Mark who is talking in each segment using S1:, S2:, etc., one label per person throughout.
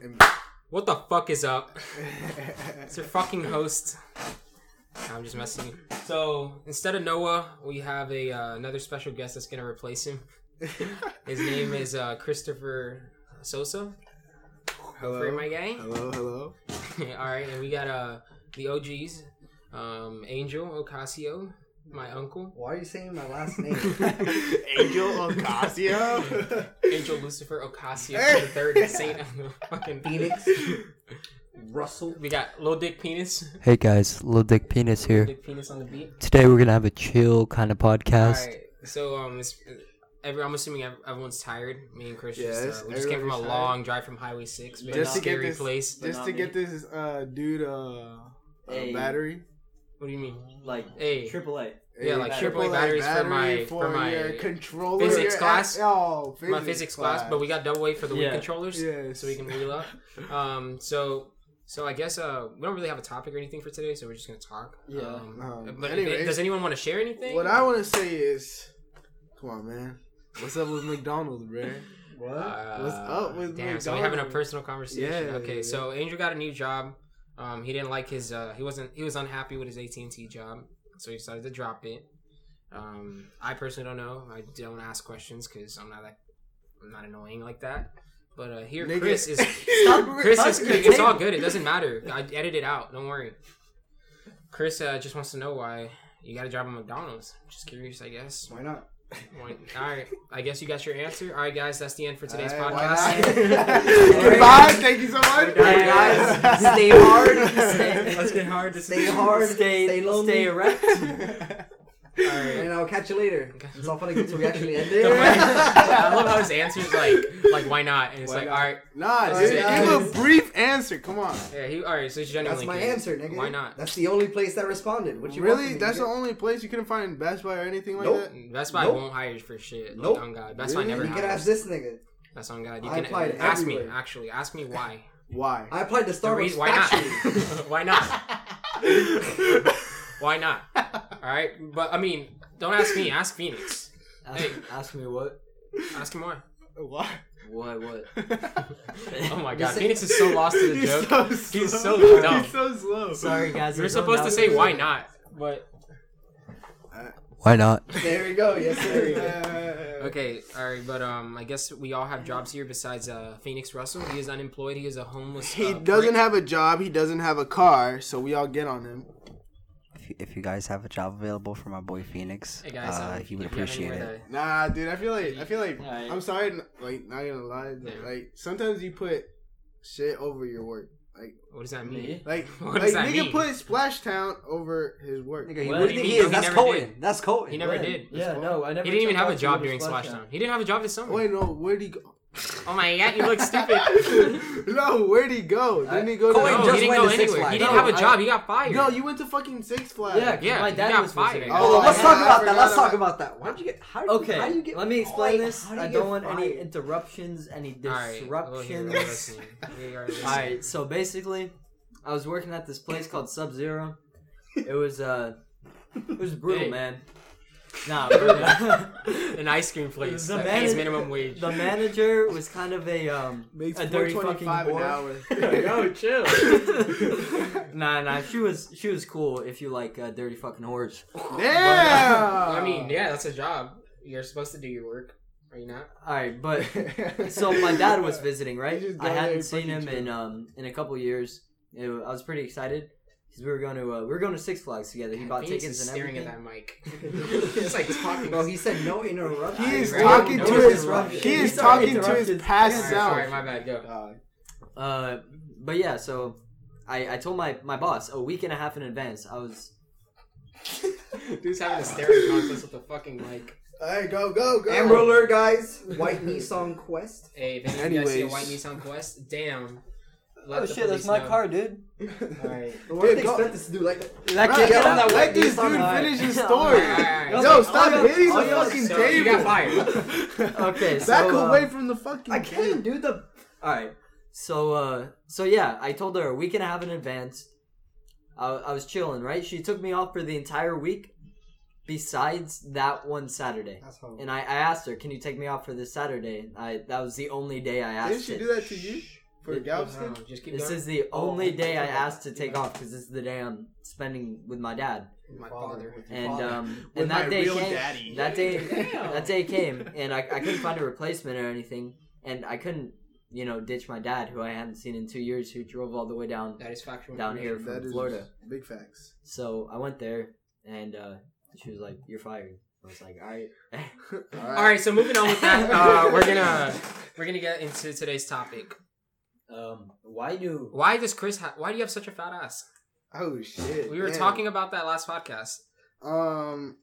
S1: And
S2: What the fuck is up? It's your fucking host. I'm just messing. So instead of Noah, we have a uh, another special guest that's gonna replace him. His name is uh, Christopher Sosa.
S1: hello,
S2: Free my guy.
S1: hello, hello.
S2: All right, and we got uh the OGs, um, Angel Ocasio, my uncle,
S3: Why are you saying my last name?
S1: Angel Ocasio.
S2: Angel Lucifer Ocasio the third, and Saint of the fucking
S3: Phoenix. Russell.
S2: We got Lil Dick Penis,
S4: Hey guys, Lil Dick Penis
S2: Lil
S4: here.
S2: Dick Penis on the beat.
S4: Today we're gonna have a chill kind of podcast.
S2: Alright, So um, it's, every, I'm assuming ev- everyone's tired. Me and Chris,
S1: Yes,
S2: just, uh, we just came from a
S1: everybody's tired.
S2: long drive from Highway Six, but
S1: Just
S2: a
S1: to get
S2: scary
S1: this-
S2: place.
S1: Just to get this uh, dude uh, a
S5: Hey.
S1: battery.
S2: What do you mean?
S5: like
S2: Hey,
S5: triple A.
S2: Yeah,
S1: A
S2: like
S1: triple
S2: triple A
S1: A
S2: batteries for my- for my
S1: your controller,
S2: physics
S1: your
S2: class.
S1: act- oh,
S2: my physics class, but we got double A for the Wii
S5: Yeah.
S2: controllers,
S1: Yes.
S2: so we can wheel up. Um, so. So I guess uh, we don't really have a topic or anything for today, so we're just gonna talk.
S5: Yeah.
S2: Um,
S1: Um,
S2: but
S1: anyways.
S2: does anyone want to share anything?
S1: What I want to say is, come on, man. What's up with McDonald's, bro?
S3: What?
S2: Uh,
S1: What's up with
S2: damn? So we're having a
S1: McDonald's?
S2: personal conversation.
S1: Yeah.
S2: okay, so Angel got a new job. Um, he didn't like his. Uh, he wasn't. He was unhappy with his AT and T job, so he decided to drop it. Um, I personally don't know. I don't ask questions because I'm not that. I'm not annoying like that. But uh, here,
S1: Nigga.
S2: Chris is.
S1: Stop
S2: Chris is.
S1: touching the
S2: It's all
S1: table.
S2: good. It doesn't matter. I edit it out. Don't worry. Chris uh, just wants to know why you got a job at McDonald's. Just curious, I guess.
S3: Why not?
S2: All right. I guess you got your answer. All right, guys. That's the end for today's
S1: All right, why
S2: podcast.
S1: not?
S2: Goodbye.
S1: Goodbye. Thank you so much.
S2: done, guys.
S5: Stay hard.
S2: Let's get hard. This
S3: Stay
S2: is-
S3: hard.
S5: Stay,
S3: Stay lonely.
S5: stay erect.
S2: All right.
S3: And I'll catch you later. It's all funny until we actually end
S2: I
S3: it.
S2: love how his answer is like, like why not? And it's
S1: Why
S2: like,
S1: not?
S2: all right,
S1: Nah,
S3: All
S1: dude,
S2: right,
S1: give
S3: guys.
S1: a brief answer. Come on.
S2: yeah, he, all right. So he's
S3: That's
S2: genuinely
S3: my
S2: curious.
S3: answer, nigga.
S2: Why not?
S3: That's the only place that responded. What you want
S1: really?
S3: from me,
S1: That's
S3: nigga?
S1: the only place you couldn't find Best Buy or anything like
S3: Nope.
S1: that.
S2: Best Buy
S3: Nope.
S2: won't hire you for shit.
S3: Nope.
S2: Like, on God, Best Buy
S1: Really?
S2: never
S3: You can
S2: hires.
S3: ask this nigga.
S2: That's on God. You
S3: I
S2: can
S3: applied
S2: ask me.
S3: everywhere.
S2: Actually, ask me why.
S1: Why?
S3: I applied to
S2: The
S3: Starbucks
S2: reason, why not?
S3: factory.
S2: why not? Why not? All right. But I mean, don't ask me. Ask Phoenix.
S5: Ask,
S2: Hey.
S5: ask me what?
S2: Ask him why.
S1: Why?
S5: What? What?
S2: Oh my
S3: You
S2: God,
S3: say-
S2: Phoenix is so lost in the
S1: He's
S2: joke.
S1: so
S2: He's
S1: slow.
S2: so dumb.
S1: He's so slow.
S5: Sorry guys.
S2: You're
S5: there's no
S2: supposed to
S5: doubt.
S2: say why not, but
S4: Why not?
S3: There we go. Yes, sir.
S1: Uh,
S2: Okay, all right, but um, I guess we all have jobs here besides uh, Phoenix Russell. He is unemployed. He is a homeless.
S1: He
S2: uh,
S1: doesn't
S2: prick.
S1: have a job. He doesn't have a car. So we all get on him.
S4: If you, if you guys have a job available for my boy Phoenix,
S2: Hey guys,
S4: uh,
S2: um,
S4: he would
S2: if you have
S4: appreciate
S2: anywhere
S4: it.
S1: Nah, dude. I feel like I feel like
S5: Alright.
S1: I'm sorry. n- Like not gonna lie. But,
S2: Yeah.
S1: Like sometimes you put shit over your work.
S2: to- What does that mean?
S5: Me?
S1: Like
S2: What
S1: like
S2: does that
S1: nigga
S2: mean?
S1: put Splash Town over his work.
S3: Nigga, he,
S5: What?
S3: what
S5: He
S3: do you
S2: never
S3: think he is?
S2: did.
S3: That's Colton. That's Colton.
S2: He never
S5: When?
S2: did.
S5: Yeah,
S1: That's
S5: no, I never.
S2: He didn't even
S5: checked
S2: have a
S5: out
S2: job
S5: Splashdown.
S2: during Splash Time. He didn't have a job this summer.
S1: Wait, no. Where'd he go?
S2: Oh my god, you look stupid.
S1: no, where'd he go? Didn't he go
S3: Cohen
S1: to?
S2: no,
S3: just
S2: he didn't
S3: went
S2: go
S3: to Six
S2: anywhere. He
S3: Flags.
S2: didn't
S5: No,
S2: have a
S5: I-
S2: job. he got fired.
S1: No, you went to fucking Six Flags.
S5: Yeah, 'cause
S2: Yeah,
S5: my
S2: he
S5: dad
S2: got
S5: was
S2: fired.
S5: visiting.
S1: Oh,
S3: Hold on, let's
S1: I
S3: talk
S1: forgot
S3: about that. Let's
S1: about
S3: talk
S1: that.
S3: about that. Why'd you get? How did
S5: Okay,
S3: You, how do you get?
S5: let me explain
S3: why-
S5: this.
S3: how do you
S5: I
S3: get
S5: don't want any
S3: fired?
S5: interruptions, any
S2: All right, well, here we are
S5: disruptions.
S2: listening. We are listening.
S5: All right, so basically, I was working at this place called Sub Zero. It was uh, it was brutal,
S2: Hey.
S5: man. Nah, really.
S2: An ice cream place
S5: The
S2: that pays
S5: man-
S2: minimum wage.
S5: the manager was kind of a um,
S1: Makes
S5: a dirty fucking
S1: 425 an
S5: whore.
S1: hour.
S5: Yo, chill. nah, nah, she was she was cool. If you like uh, dirty fucking whores,
S1: Damn.
S2: I mean, yeah, that's a job. You're supposed to do your work. Are you not?
S5: all right. But so my dad was visiting, right?
S1: You just
S5: I
S1: got
S5: hadn't
S1: a
S5: seen
S1: fucking
S5: him in um in a couple years. It, wa- I was pretty excited because we were going to uh, we were going to Six Flags together. He bought
S2: Phoenix
S5: tickets
S2: is
S5: and
S2: staring at
S5: everything.
S2: that mic. it's like talking.
S3: Bro, he said no interruptions.
S1: He is
S2: Right.
S1: talking
S2: No
S1: to his
S5: interruption.
S1: he is
S5: He's
S1: talking to his
S5: interrupted.
S2: All
S1: past
S2: right,
S1: self.
S2: sorry, my bad. Go.
S5: Uh, but yeah, so I, I told my, my boss a week and a half in advance. I was
S2: Dude's having a staring contest with the fucking mic.
S1: Hey, go, go, go.
S3: Amber Alert, guys. White Nissan Quest.
S2: Hey, if any of you guys see a
S1: Anyways.
S2: white Nissan Quest, damn.
S5: Oh,
S2: Let the police know.
S5: dude.
S2: Alright.
S3: What
S1: Dude,
S3: they
S1: go-
S3: expect us to do? Like,
S5: That
S1: Bro,
S5: kid
S1: yo,
S5: got on that
S1: let
S5: white
S1: this dude
S5: Nissan. Alright.
S1: finish his
S5: Alright.
S1: story.
S2: Alright.
S1: Yo, stop
S5: Alright.
S1: hitting the
S5: Alright.
S1: fucking
S2: So, you
S1: table.
S2: got fired.
S5: Okay, so,
S1: Back
S5: uh,
S1: away from the fucking.
S3: I
S1: table.
S3: can't do the.
S5: All right. So uh, so yeah, I told her a week and a half in advance. I, I was chilling, right? She took me off for the entire week, besides that one Saturday. And I, I asked her, "Can you take me off for this Saturday?" I that was the only day I asked.
S1: Didn't she
S5: it.
S1: do that to you? for Galveston?
S2: Wow, just keep
S5: This
S2: going.
S5: is the only day Oh, I
S2: okay.
S5: asked to take off because this is the day I'm spending with my dad.
S2: my father.
S5: And um,
S1: With
S5: and that
S1: my
S5: day
S1: real
S5: came.
S1: daddy.
S5: That day,
S2: Damn.
S5: that day came, and I, I couldn't find a replacement or anything, and I couldn't, you know, ditch my dad who I hadn't seen in two years, who drove all the way down.
S2: That is factual.
S5: Down here.
S2: information.
S5: from
S1: That is
S5: Florida.
S1: big facts.
S5: So I went there, and uh, she was like, "You're fired." I was like, "All right."
S2: All right, so moving on with that, uh, we're gonna we're gonna get into today's topic.
S5: um, why do?
S2: Why does Chris? Ha- why do you have such a fat ass?
S1: Oh shit.
S2: We were
S1: damn.
S2: talking about that last podcast.
S1: Um,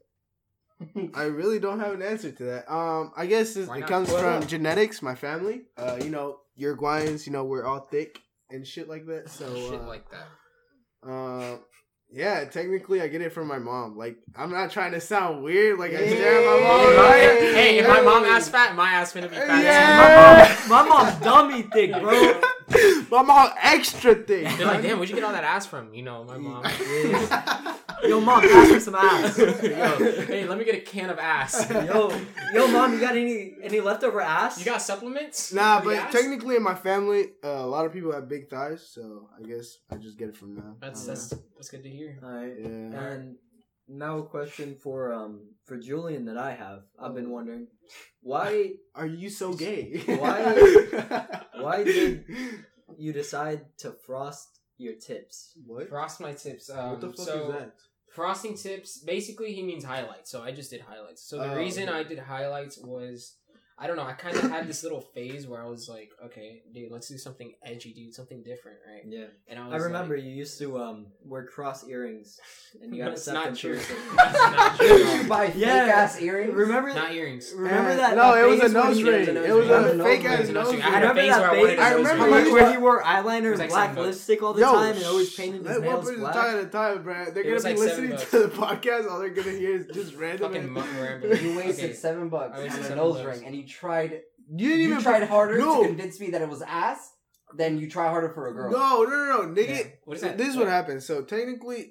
S1: I really don't have an answer to that. Um, I guess it's,
S2: Why
S1: it
S2: not?
S1: comes
S2: Why
S1: from
S2: not?
S1: genetics. My family, uh, you know, Uruguayans, you know, we're all thick and shit like that. So,
S2: Shit
S1: uh,
S2: like that.
S1: uh, yeah, technically, I get it from my mom. Like, I'm not trying to sound weird. Like, I
S3: Hey!
S1: stare at my mom.
S2: Hey,
S1: right?
S2: hey, if my mom
S1: Hey!
S2: ass fat, my ass gonna be fat.
S1: Yeah.
S5: My mom's dummy thick, bro.
S1: my mom extra thick.
S2: They're like, damn, where'd you get all that ass from? You know, my mom.
S5: Yo, mom, pass me some ass.
S2: Yo, hey, let me get a can of ass.
S5: Yo, yo, mom, you got any any leftover ass?
S2: You got supplements?
S1: Nah,
S2: for the
S1: but
S2: ass?
S1: technically, in my family, uh, a lot of people have big thighs, so I guess I just get it from them.
S2: that's
S1: I
S2: that's that's good to hear.
S5: All right.
S1: don't know.
S5: And now a question for um for Julian that I have. I've been wondering why
S1: Yeah. Are you so gay?
S5: Why- why did- you decide to frost your tips.
S1: what?
S2: Frost my tips. Um,
S1: what the fuck
S2: so
S1: is that?
S2: Frosting tips, basically, he means highlights. So I just did highlights. So the
S1: Oh,
S2: reason
S1: okay.
S2: I did highlights was, I don't know, I kind of had this little phase where I was like, okay, dude, let's do something edgy, dude, something different, right?
S5: Yeah,
S2: And
S5: I,
S2: was
S5: remember
S2: like-
S5: you used to um wear cross earrings, and you got to
S2: That's
S5: set
S2: not
S5: them
S2: true.
S5: to yourself.
S2: That's not
S3: you
S2: true.
S3: buy fake
S5: Yeah.
S3: ass earrings?
S5: Remember
S2: Not earrings.
S5: Remember
S1: Uh,
S5: that?
S1: No,
S5: that
S1: it was a
S5: phase when
S1: nose
S5: you-
S2: ring.
S1: ring.
S2: It
S1: It was
S2: was a
S1: a
S3: nose
S1: fake
S3: ring.
S1: ass
S2: It was
S1: nose
S2: a-
S1: ring.
S2: I had a
S5: remember
S2: phase where
S5: that
S2: I wanted his
S5: phase? I
S1: nose
S5: remember
S1: ring.
S5: you where he wore eyeliner
S2: was
S5: and
S2: like
S5: black
S2: seven bucks.
S5: lipstick all the
S1: Yo,
S5: time, and always painted his
S1: Let one
S5: nails
S1: person
S5: black.
S1: talk at a time, bro. They're
S2: It
S1: gonna
S2: was
S1: be
S2: like seven
S1: listening
S2: bucks.
S1: to the podcast. All they're gonna hear is just random.
S2: Fucking
S1: and-
S2: muck rambling.
S1: You
S3: You wasted
S2: Okay.
S3: seven bucks
S2: I wasted
S3: on a
S2: seven
S3: nose
S2: bucks.
S3: ring, and you tried.
S1: didn't
S3: You
S1: even
S3: tried harder
S1: No.
S3: to convince me that it was ass than you try harder for a girl.
S1: No, no, no, no, nigga.
S2: What is
S1: So
S2: that?
S1: This is what happened. So technically,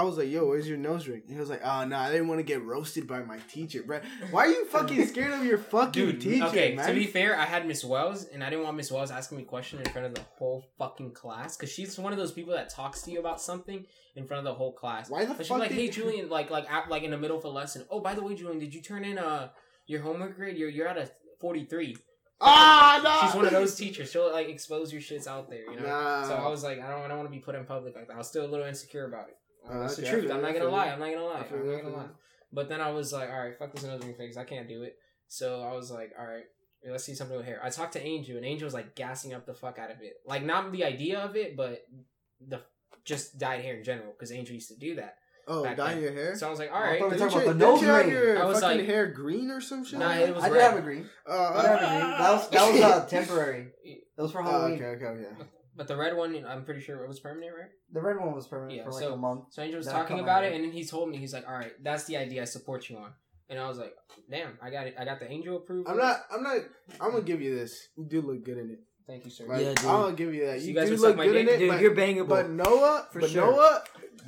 S1: I was like, "Yo, where's your nose ring?" And he was like, "Oh no, I didn't want to get roasted by my teacher, bro. Why are you fucking scared of your fucking
S2: Dude,
S1: teacher,
S2: okay,
S1: man?"
S2: to be fair, I had Miss Wells, and I didn't want Miss Wells asking me questions in front of the whole fucking class, because she's one of those people that talks to you about something in front of the whole class.
S1: Why the
S2: But she's
S1: fuck
S2: like,
S1: did
S2: hey, Julian, like, like, at, like in the middle of a lesson, oh, by the way, Julian, did you turn in uh, your homework grade? You're, you're at a 43.
S1: Ah, nah.
S2: She's one of those teachers. She'll, like, expose your shits out there, you know?
S1: Nah.
S2: So I was like, I don't, I don't want to be put in public like that. I was still a little insecure about it. Uh,
S1: Uh,
S2: that's
S1: okay,
S2: the
S1: I
S2: truth.
S1: feel
S2: I'm
S1: you,
S2: not
S1: I
S2: gonna
S1: feel
S2: lie.
S1: you.
S2: I'm not gonna lie.
S1: feel
S2: I'm
S1: you, I
S2: not gonna
S1: feel
S2: lie.
S1: you.
S2: But then I was like, all right, fuck this nose ring things. I can't do it. So I was like, all right, let's see something with hair. I talked to Angel, and Angel was like gassing up the fuck out of it. Like not the idea of it, but the just dyed hair in general because Angel used to do that.
S1: oh,
S2: back
S1: dyeing
S2: then.
S1: your hair.
S2: So I was like, all
S3: I
S2: right.
S3: thought we
S1: Did
S3: were talking
S1: you-
S3: about the
S1: did
S3: nose
S1: you have
S3: ring.
S1: your
S2: I was
S1: fucking
S2: like-
S1: hair green or some shit?
S2: Nah, it was
S3: I did
S2: red.
S3: have a green.
S1: Uh,
S3: I did have a green. That was that was uh, temporary. That was for
S1: Oh,
S3: Halloween.
S1: okay, okay, okay.
S2: But the red one, I'm pretty sure it was permanent, right?
S3: The red one was permanent
S2: Yeah,
S3: for like
S2: so-
S3: a month.
S2: So Angel was
S3: That
S2: talking
S3: come
S2: about
S3: out.
S2: it, and then he told me, he's like, all right, that's the idea I support you on. And I was like, damn, I got it. I got the Angel approval.
S1: I'm not. I'm not. I'm gonna give you this. You do look good in it.
S2: Thank you, sir.
S1: Like,
S5: Yeah, dude.
S1: I'm gonna give you that.
S2: So
S1: You,
S2: you guys
S1: do
S2: would
S1: look
S2: suck my
S1: good in
S2: dick?
S1: it,
S5: Dude,
S1: but,
S5: you're bangable.
S1: but Noah,
S5: For
S1: but
S5: sure.
S1: Noah,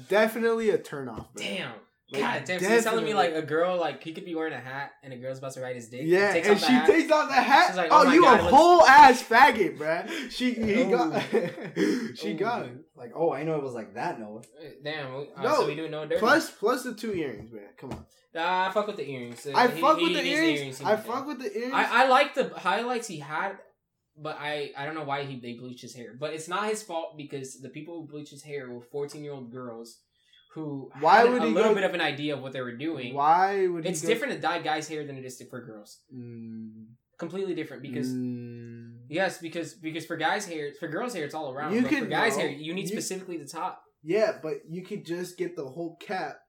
S1: definitely a turnoff. bro.
S2: Damn.
S1: Like,
S2: God damn, so he's telling me
S1: definitely.
S2: like a girl like he could be wearing a hat and a girl's about to ride his dick.
S1: Yeah,
S2: He takes
S1: and
S2: off the
S1: she
S2: hat.
S1: takes off the hat.
S2: She's like, "Oh
S1: oh,
S2: my
S1: you
S2: God,
S1: a
S2: it looks-
S1: whole ass faggot, bruh. She he
S3: Oh.
S1: got she
S2: Oh.
S1: got it.
S3: Like, oh, I know it was like that. No,
S2: Uh, Damn, we- uh,
S1: No.
S2: so we do no dirty.
S1: Plus plus the two earrings, man. Come on,
S2: nah, I fuck with the earrings. Uh,
S1: I
S2: he-
S1: fuck
S2: he
S1: with the
S2: needs
S1: earrings.
S2: he
S1: I
S2: needs
S1: fuck
S2: them.
S1: with the earrings.
S2: I, I like the highlights he had, but I I don't know why he they bleached his hair. But it's not his fault because the people who bleached his hair were fourteen year old girls who
S1: Why
S2: had
S1: would
S2: a
S1: he
S2: little
S1: go-
S2: bit of an idea of what they were doing.
S1: Why would he
S2: It's
S1: go-
S2: different to dye guys' hair than it is to for girls.
S1: Mm,
S2: Completely different because
S1: mm,
S2: Yes, because because for guys' hair, for girls' hair, it's all around.
S1: You
S2: but for
S1: could-
S2: guys'
S1: no,
S2: hair, you need
S1: you-
S2: specifically the top.
S1: yeah, but you could just get the whole cap.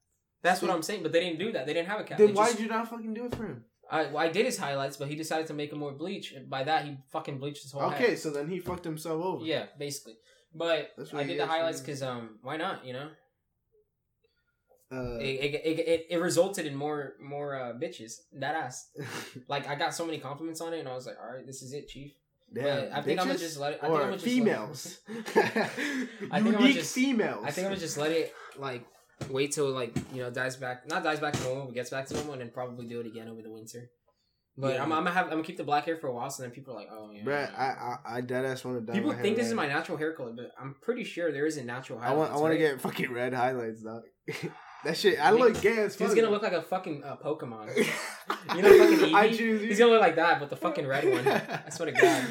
S2: That's what I'm saying. But they didn't do that. They didn't have a cap.
S1: Then
S2: They
S1: why
S2: just-
S1: did you not fucking do it for him?
S2: I, well, I did his highlights, but he decided to make him more bleach. And by that, he fucking bleached his whole
S1: okay,
S2: head.
S1: so then he fucked himself over.
S2: Yeah, basically. But
S1: That's what
S2: I
S1: he
S2: did the
S1: is,
S2: highlights
S1: yeah.
S2: because um, why not? You know,
S1: Uh,
S2: it it, it, it it resulted in more more uh, bitches that ass. Like I got so many compliments on it, and I was like, all right, this is it, chief.
S1: damn,
S2: I think I'ma
S1: bitches
S2: just let it- I think
S1: or
S2: I'ma just let it-
S1: females.
S2: I'ma
S1: Unique
S2: just-
S1: females.
S2: I think I'm gonna just let it like wait till like you know dies back, not dies back to normal, but gets back to normal, and then probably do it again over the winter. But
S1: Yeah.
S2: I'm, I'm gonna have I'm gonna keep the black hair for a while, so then people are like, oh yeah.
S1: Bruh, I, I I deadass want to dye.
S2: people
S1: my hair
S2: think this is
S1: red.
S2: my natural hair color, but I'm pretty sure there isn't natural.
S1: I want I
S2: highlights,
S1: want to
S2: right?
S1: get fucking red highlights, dog. that shit, I
S2: Dude,
S1: look gay as fuck.
S2: Dude's gonna look like a fucking uh, Pokemon. You know, fucking
S1: I
S2: Eevee?
S1: choose you.
S2: He's gonna look like that, but the fucking red one. I swear to God.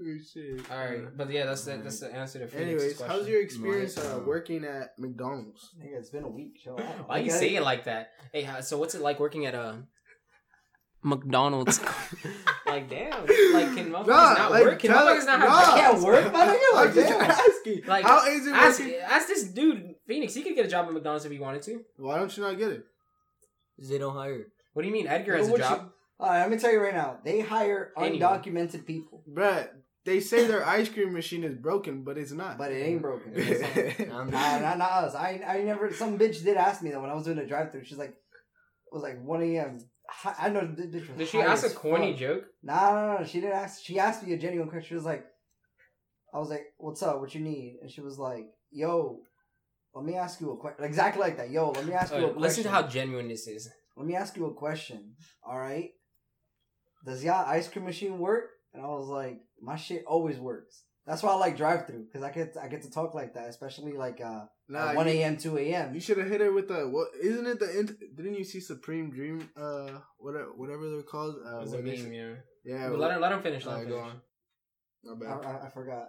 S1: Oh, shit.
S2: All
S3: Mm.
S2: right, but yeah, that's the that's the answer to Phoenix's
S1: Anyways,
S2: question.
S1: how's your experience
S4: My,
S1: uh,
S4: um,
S1: working at McDonald's?
S3: Nigga, it's been a week. Chill out.
S2: Why you
S3: Okay.
S2: say it like that? Hey, how- so what's it like working at a McDonald's? like damn, like can motherfuckers
S1: Nah,
S2: not
S1: like,
S2: work? Can
S1: tell-
S2: motherfuckers not have
S1: nah.
S2: jobs?
S3: Can't work, my nigga.
S1: I'm
S3: Like,
S1: just
S3: damn.
S1: asking.
S2: Like,
S1: how is it
S2: Ask,
S1: working?
S2: ask this dude, Phoenix. He could get a job at McDonald's if he wanted to.
S1: Why don't you not get it?
S5: They don't hire.
S2: What do you mean? Edgar has
S3: Well,
S2: a
S3: what
S2: job.
S3: All right, let me tell you right now. They hire
S2: Anyone.
S3: undocumented people,
S1: Bruh, they say their ice cream machine is broken, but it's not.
S3: but it ain't broken.
S5: I'm
S3: nah, nah, not us. I, I never. Some bitch did ask me that when I was doing a drive-through. She's like, it was like one a.m. Hi- I know. This bitch was
S2: Did she
S3: high
S2: ask a
S3: as
S2: corny
S3: fuck.
S2: joke?
S3: Nah, no, no, no. She didn't ask. She asked me a genuine question. She was like, I was like, what's up? What you need? And she was like, yo, let me ask you a question. Exactly like that. Yo, let me ask you a
S2: Uh,
S3: question.
S2: listen to how genuine this is.
S3: let me ask you a question. All right. Does y'all ice cream machine work? And I was like, my shit always works. That's why I like drive through because I get I get to talk like that, especially like uh
S1: nah,
S3: one
S1: you,
S3: a.m. two a.m.
S1: you should have hit her with the what? Isn't it the? Int- didn't you see Supreme Dream? Uh, whatever, whatever they're called. Uh,
S2: It was a
S1: what they
S2: meme,
S1: sh-
S2: yeah.
S1: Yeah,
S2: But let him let him finish. Let
S1: Alright,
S2: him
S1: go
S2: finish.
S1: on. my
S3: I,
S1: bad.
S3: I, I forgot.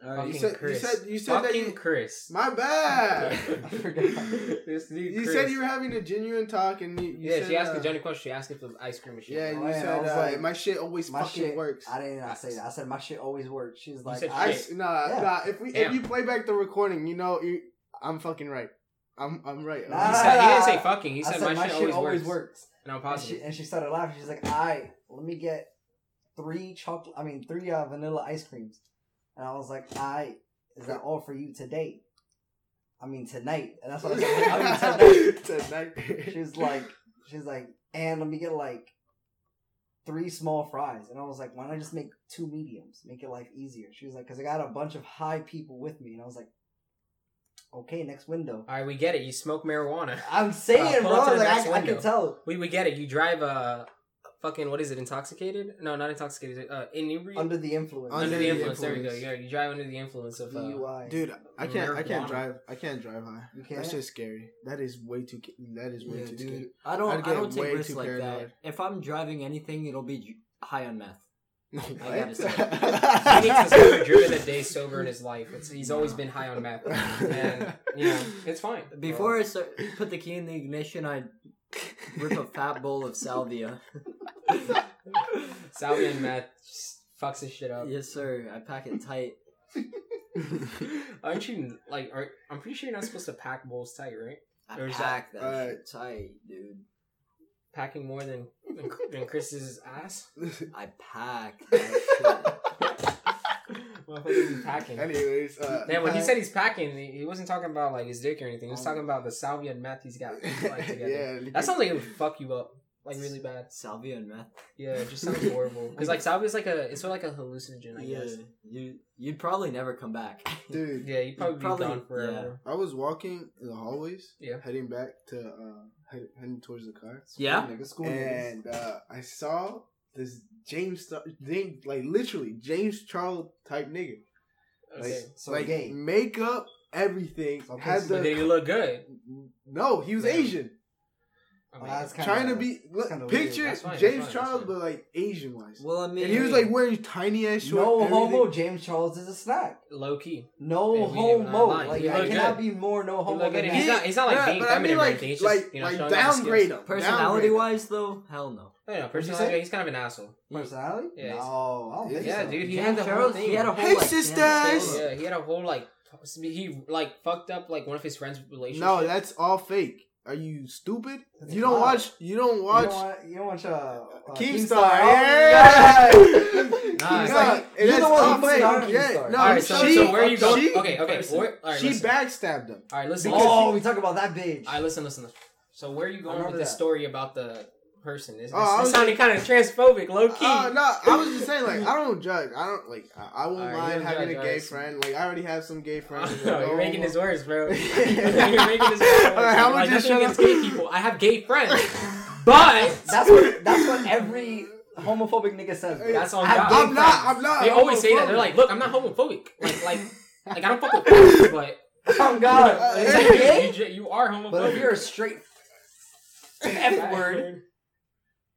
S1: you
S2: Fucking
S1: said- you
S2: Chris.
S1: said- you said that
S2: Fucking
S1: you-
S2: Chris.
S1: My bad.
S2: This dude,
S1: you
S2: Chris.
S1: said you were having a genuine talk, and you, you
S2: yeah,
S1: said,
S2: she asked
S1: uh,
S2: a Johnny question. She asked if the ice cream machine.
S1: Yeah, and
S2: worked.
S3: Oh,
S1: you
S3: yeah, I
S1: said
S3: was
S1: uh,
S3: like,
S1: my shit always
S3: My
S1: fucking
S3: shit
S1: works.
S3: I didn't not say that. I said my shit always works. She's like,
S2: said
S1: I
S3: I,
S2: shit.
S1: nah
S3: Yeah.
S1: nah. If we
S2: Damn.
S1: if you play back the recording, you know you, I'm fucking right. I'm I'm right.
S3: Nah,
S2: he,
S3: nah,
S2: said, he didn't say
S3: nah.
S2: fucking. He
S3: I
S2: said, my, shit always, works.
S3: works.
S2: And I'm
S3: And she,
S2: positive.
S3: and she started laughing. She's like, "I let me get three chocolate. I mean, three uh, vanilla ice creams." And I was like, "I is that all for you today? I mean tonight." And that's what I said. I mean tonight. She was like, she was like, and let me get like three small fries. And I was like, why don't I just make two mediums? Make your life easier. She was like, because I got a bunch of high people with me. And I was like, okay, next window.
S2: All right, we get it. You smoke marijuana.
S3: I'm saying,
S2: Uh, pull
S3: bro.
S2: up to the
S3: Like
S2: next
S3: I, I
S2: window.
S3: can tell.
S2: We we get it. You drive a fucking what is it? Intoxicated? No, not intoxicated. Uh, inebriated. Under,
S3: Under the influence.
S1: Under the
S2: the influence. There we
S1: influence.
S2: go. Yeah, you drive under the influence of. Uh,
S3: DUI.
S1: Dude, I can't. I
S2: Marijuana.
S1: can't drive. I can't drive high.
S3: You can't?
S1: That's just scary. That is way too. ca- That is way
S5: Yeah,
S1: too
S5: dude.
S1: scary.
S5: I don't.
S1: I'd
S5: I
S1: get
S5: don't take
S1: way
S5: risks
S1: too
S5: like that.
S1: paranoid.
S5: If I'm driving anything, it'll be j- high on meth. I gotta say.
S2: Phoenix has
S1: What?
S2: never driven a day sober in his life. It's, he's always been high on meth, and you know it's fine.
S1: Oh.
S5: Before I start, put the key in the ignition, I rip a fat bowl of salvia.
S2: Salvia and meth just fucks his shit up.
S5: yes, sir. I pack it tight.
S2: Aren't you like? Are, I'm pretty sure you're not supposed to pack bowls tight, right?
S5: I
S2: There's
S5: pack that,
S1: uh,
S5: shit tight, dude.
S2: Packing more than than, than Chris's ass.
S5: I pack that
S2: Motherfucker be packing.
S1: Anyways, uh,
S2: Man, when he
S1: I-
S2: said he's packing, he he wasn't talking about like his dick or anything. He was talking about the salvia and meth he's got like, together.
S1: yeah,
S2: That sounds like it would fuck you up, like really bad.
S5: shit. salvia and meth.
S2: Yeah, it just sounds horrible. Because like salvia is like a, it's sort of like a hallucinogen, I
S5: Yeah,
S2: guess.
S5: you you'd probably never come back.
S1: dude.
S2: Yeah, you'd probably,
S5: Probably,
S2: be gone forever.
S1: I was walking in the hallways,
S2: Yeah.
S1: heading back to uh, head, heading towards the car,
S5: Yeah,
S3: Nigga, school niggas.
S1: and uh, I saw this James, Star- James, like literally James Charles type nigga,
S2: Okay.
S1: like,
S3: So
S1: like mm,
S3: gay.
S1: makeup, everything.
S3: So
S1: had
S3: gay.
S2: but then you
S1: the
S2: look good.
S1: no, he was
S2: Yeah.
S1: Asian,
S2: I
S3: Oh,
S2: mean,
S3: that's kinda-
S1: trying to be look,
S3: kinda weird.
S1: picture
S2: That's fine, that's
S1: James
S2: fine, that's
S1: Charles,
S2: fine.
S1: but like Asian wise,
S5: well, I mean,
S1: and he was like wearing tiny ass shorts.
S3: No
S1: everything.
S3: homo. James Charles is a snack.
S2: low key.
S3: No
S2: Yeah, we didn't-
S3: homo.
S2: we're not
S3: Like
S2: lying.
S3: I
S2: Look
S3: cannot
S2: good.
S3: be more no
S2: He
S3: homo
S2: look good.
S3: than
S2: and He's
S3: that.
S2: not. He's not like
S1: Yeah,
S2: being
S1: but I mean,
S2: feminine.
S1: like,
S2: Like, he's just,
S1: like,
S2: you know,
S1: like
S2: showing off his skills.
S1: downgrade him.
S5: personality
S1: downgrade him.
S5: wise, though, hell no.
S2: No, no,
S3: you
S2: personality.
S3: say?
S2: He's kind of an asshole.
S3: Personality?
S2: Yeah, he's-
S3: no, Oh, I don't think
S2: Yeah,
S3: so.
S2: dude. He
S5: James
S2: had the whole
S5: Charles,
S2: thing.
S5: He had a whole
S1: Hey,
S5: like,
S1: sisters!
S2: Yeah, he had a whole like he like fucked up like one of his friends' relationship.
S1: No, that's all fake. Are you stupid?
S3: That's
S1: You don't
S3: wild.
S1: watch. You don't watch.
S3: You don't want, you don't want your uh,
S1: Keemstar,
S3: Oh,
S1: yeah!
S2: Nah, it's
S3: God. Keemstar.
S1: like-
S3: You're
S1: that's
S3: the one
S1: all
S3: who put it on
S1: fake.
S3: Keemstar.
S1: Yeah, no,
S2: All right, so,
S1: she-
S2: so where are you going?
S1: she-
S2: okay, okay.
S1: person.
S2: where- all right,
S1: she
S2: listen.
S1: backstabbed him.
S2: All right, listen.
S3: Oh, we talk about that bitch.
S2: All right, listen, listen. listen. So where are you going
S3: remember
S2: with this
S3: that.
S2: story about the person? This, this,
S1: Oh, I
S2: this
S1: was-
S2: sounded kind of transphobic, low key.
S1: Oh no, I was just saying like I don't judge. I don't like I, I won't
S2: All right, you
S1: mind
S2: don't
S1: having
S2: judge,
S1: a
S2: all
S1: gay
S2: right.
S1: friend. Like I already have some gay friends.
S2: Oh,
S1: that
S2: no,
S1: go
S2: you're making this
S1: homo.
S2: worse, bro. you're making this worse.
S1: All right, how
S2: like,
S1: much is
S2: nothing
S1: shut
S2: against
S1: up?
S2: gay people. I have gay friends. But
S3: That's what that's what every homophobic nigga says. bro.
S2: that's on
S3: I have
S2: God.
S3: gay
S1: I'm not.
S3: friends.
S1: I'm not.
S2: they always say that. They're like, look, I'm not homophobic. Like, like, like I don't fuck with people, but
S3: Oh God,
S2: it's
S3: Is
S2: like,
S3: it gay?
S2: you, ju- you are homophobic.
S3: But if you're a straight F
S2: That
S3: word,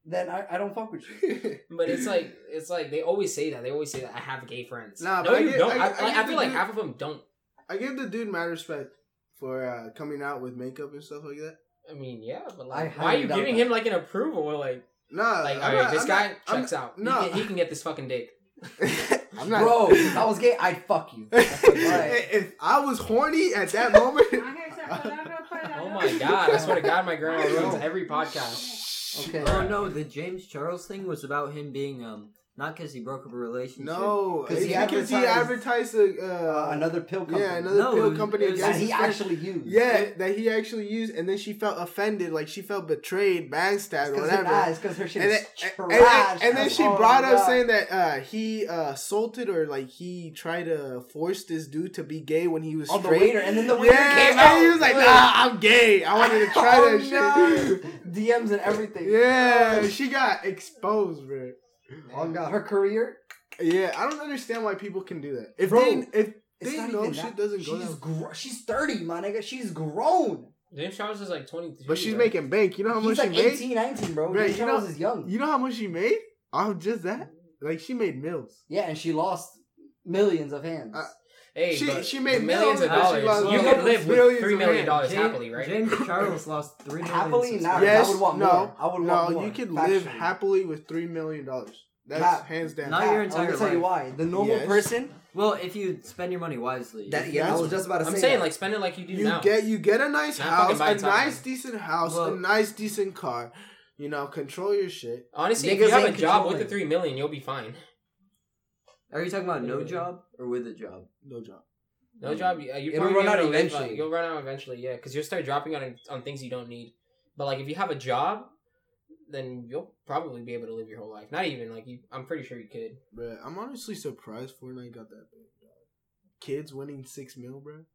S3: then I, I don't fuck with you.
S2: But it's like it's like they always say that. They always say that I have gay friends.
S1: Nah,
S2: no,
S1: but I
S2: you
S1: get-
S2: don't.
S1: I-
S2: I,
S1: I
S2: like,
S1: get
S2: I
S1: the
S2: feel like
S1: dude-
S2: half of them don't.
S1: I give the dude mad respect for uh, coming out with makeup and stuff like that.
S2: I mean, yeah, but
S3: I
S2: like, why are
S3: highly
S2: you
S3: doubt
S2: giving
S3: that.
S2: him like an approval? Or like,
S1: Nah,
S2: like,
S1: Uh, I'm
S2: all right,
S1: not-
S2: this
S1: I'm
S2: guy
S1: not- I'm-
S2: checks out.
S1: no.
S2: he, can, he can get this fucking dick.
S1: I'm not.
S3: Bro, if I was gay, I'd fuck you.
S1: if if I was horny at that moment,
S2: Oh my god! I swear to God, my grandma ruins every podcast.
S3: Okay.
S5: Oh no, the James Charles thing was about him being um not because he broke up a relationship.
S1: no,
S3: 'Cause
S1: it's
S3: he
S1: because he advertised
S3: advertised-
S1: a, uh,
S3: Uh, another pill company.
S1: yeah another
S5: No, it
S1: pill
S5: was-
S1: company
S5: it was-
S1: against
S3: that he
S1: his friend.
S3: actually used.
S1: yeah that he actually used, and then she felt offended, like she felt betrayed, backstabbed,
S3: Because
S1: whatever.
S3: her, nah, it's 'cause her shit
S1: and then,
S3: is
S1: and,
S3: trash.
S1: and- and then
S3: as
S1: she
S3: all
S1: brought
S3: God.
S1: up saying that uh, he uh, assaulted or like he tried to force this dude to be gay when he was
S3: on Oh, the
S1: straight.
S3: waiter, and then the waiter
S1: yeah,
S3: came
S1: and
S3: out.
S1: he was like, "Nah, I'm gay. I wanted to try
S3: Oh,
S1: that shit."
S3: no. Oh. DMs and everything.
S1: Yeah, she got exposed, bro.
S3: Oh God, her career.
S1: Yeah, I don't understand why people can do that. If
S3: Bro,
S1: they if
S3: It's
S1: they
S3: not
S1: know
S3: even
S1: shit
S3: that.
S1: doesn't go
S3: She's
S1: down,
S3: gr- she's thirty, my nigga. She's grown.
S2: James Charles is like twenty,
S1: but she's making bank. You know how much
S3: He's like
S1: she made?
S3: 18, 19, bro.
S1: Bro,
S3: Jay
S1: you know-
S3: Charles is young.
S1: You know how much she made off just that? Like she made mills.
S3: yeah, and she lost millions of hands.
S1: Uh,
S2: Hey,
S1: She-
S2: but
S1: she made
S2: the millions of
S1: millions, but
S2: dollars.
S1: she lost
S2: you could live with
S1: millions
S2: three
S1: of
S2: million
S1: hands.
S2: dollars
S5: James-
S2: happily, right?
S5: James Charles lost three million.
S3: Happily, not.
S5: subscribers.
S1: Yes,
S3: I would want
S1: no,
S3: more. I would want
S1: No,
S3: more.
S1: you could
S3: factually.
S1: live happily with three million dollars. That's
S3: Nah,
S1: hands down.
S5: not your
S3: I'm gonna
S5: entire
S3: tell you
S5: life.
S3: why. The normal
S1: Yes.
S3: person.
S5: Well, if you spend your money wisely.
S3: That,
S5: If-
S3: yeah, I
S1: That's-
S3: was just about to say.
S2: I'm saying
S3: that.
S2: like spend it like you do
S1: you
S2: now.
S1: get you get a nice
S2: Not fucking
S1: house, a
S2: buy a top
S1: nice
S2: one.
S1: decent house,
S5: Well-
S1: a nice decent car. You know, control your shit.
S2: Honestly, if
S5: Niggas
S2: you have a
S5: ain't
S2: job with the
S5: controlling.
S2: three million, you'll be fine.
S5: Are you talking about no job or with a job?
S1: No job.
S2: No
S1: Mm.
S2: job. Uh, you
S3: It'll
S2: probably
S3: run
S2: be able
S3: out
S2: to live,
S3: eventually.
S2: like, you'll run out eventually, yeah, because you'll start dropping on on things you don't need. But like, if you have a job, then you'll probably be able to live your whole life. Not even like you. I'm pretty sure you could.
S1: Bruh, I'm honestly surprised Fortnite got that big. dog. Kids winning six mil, bro.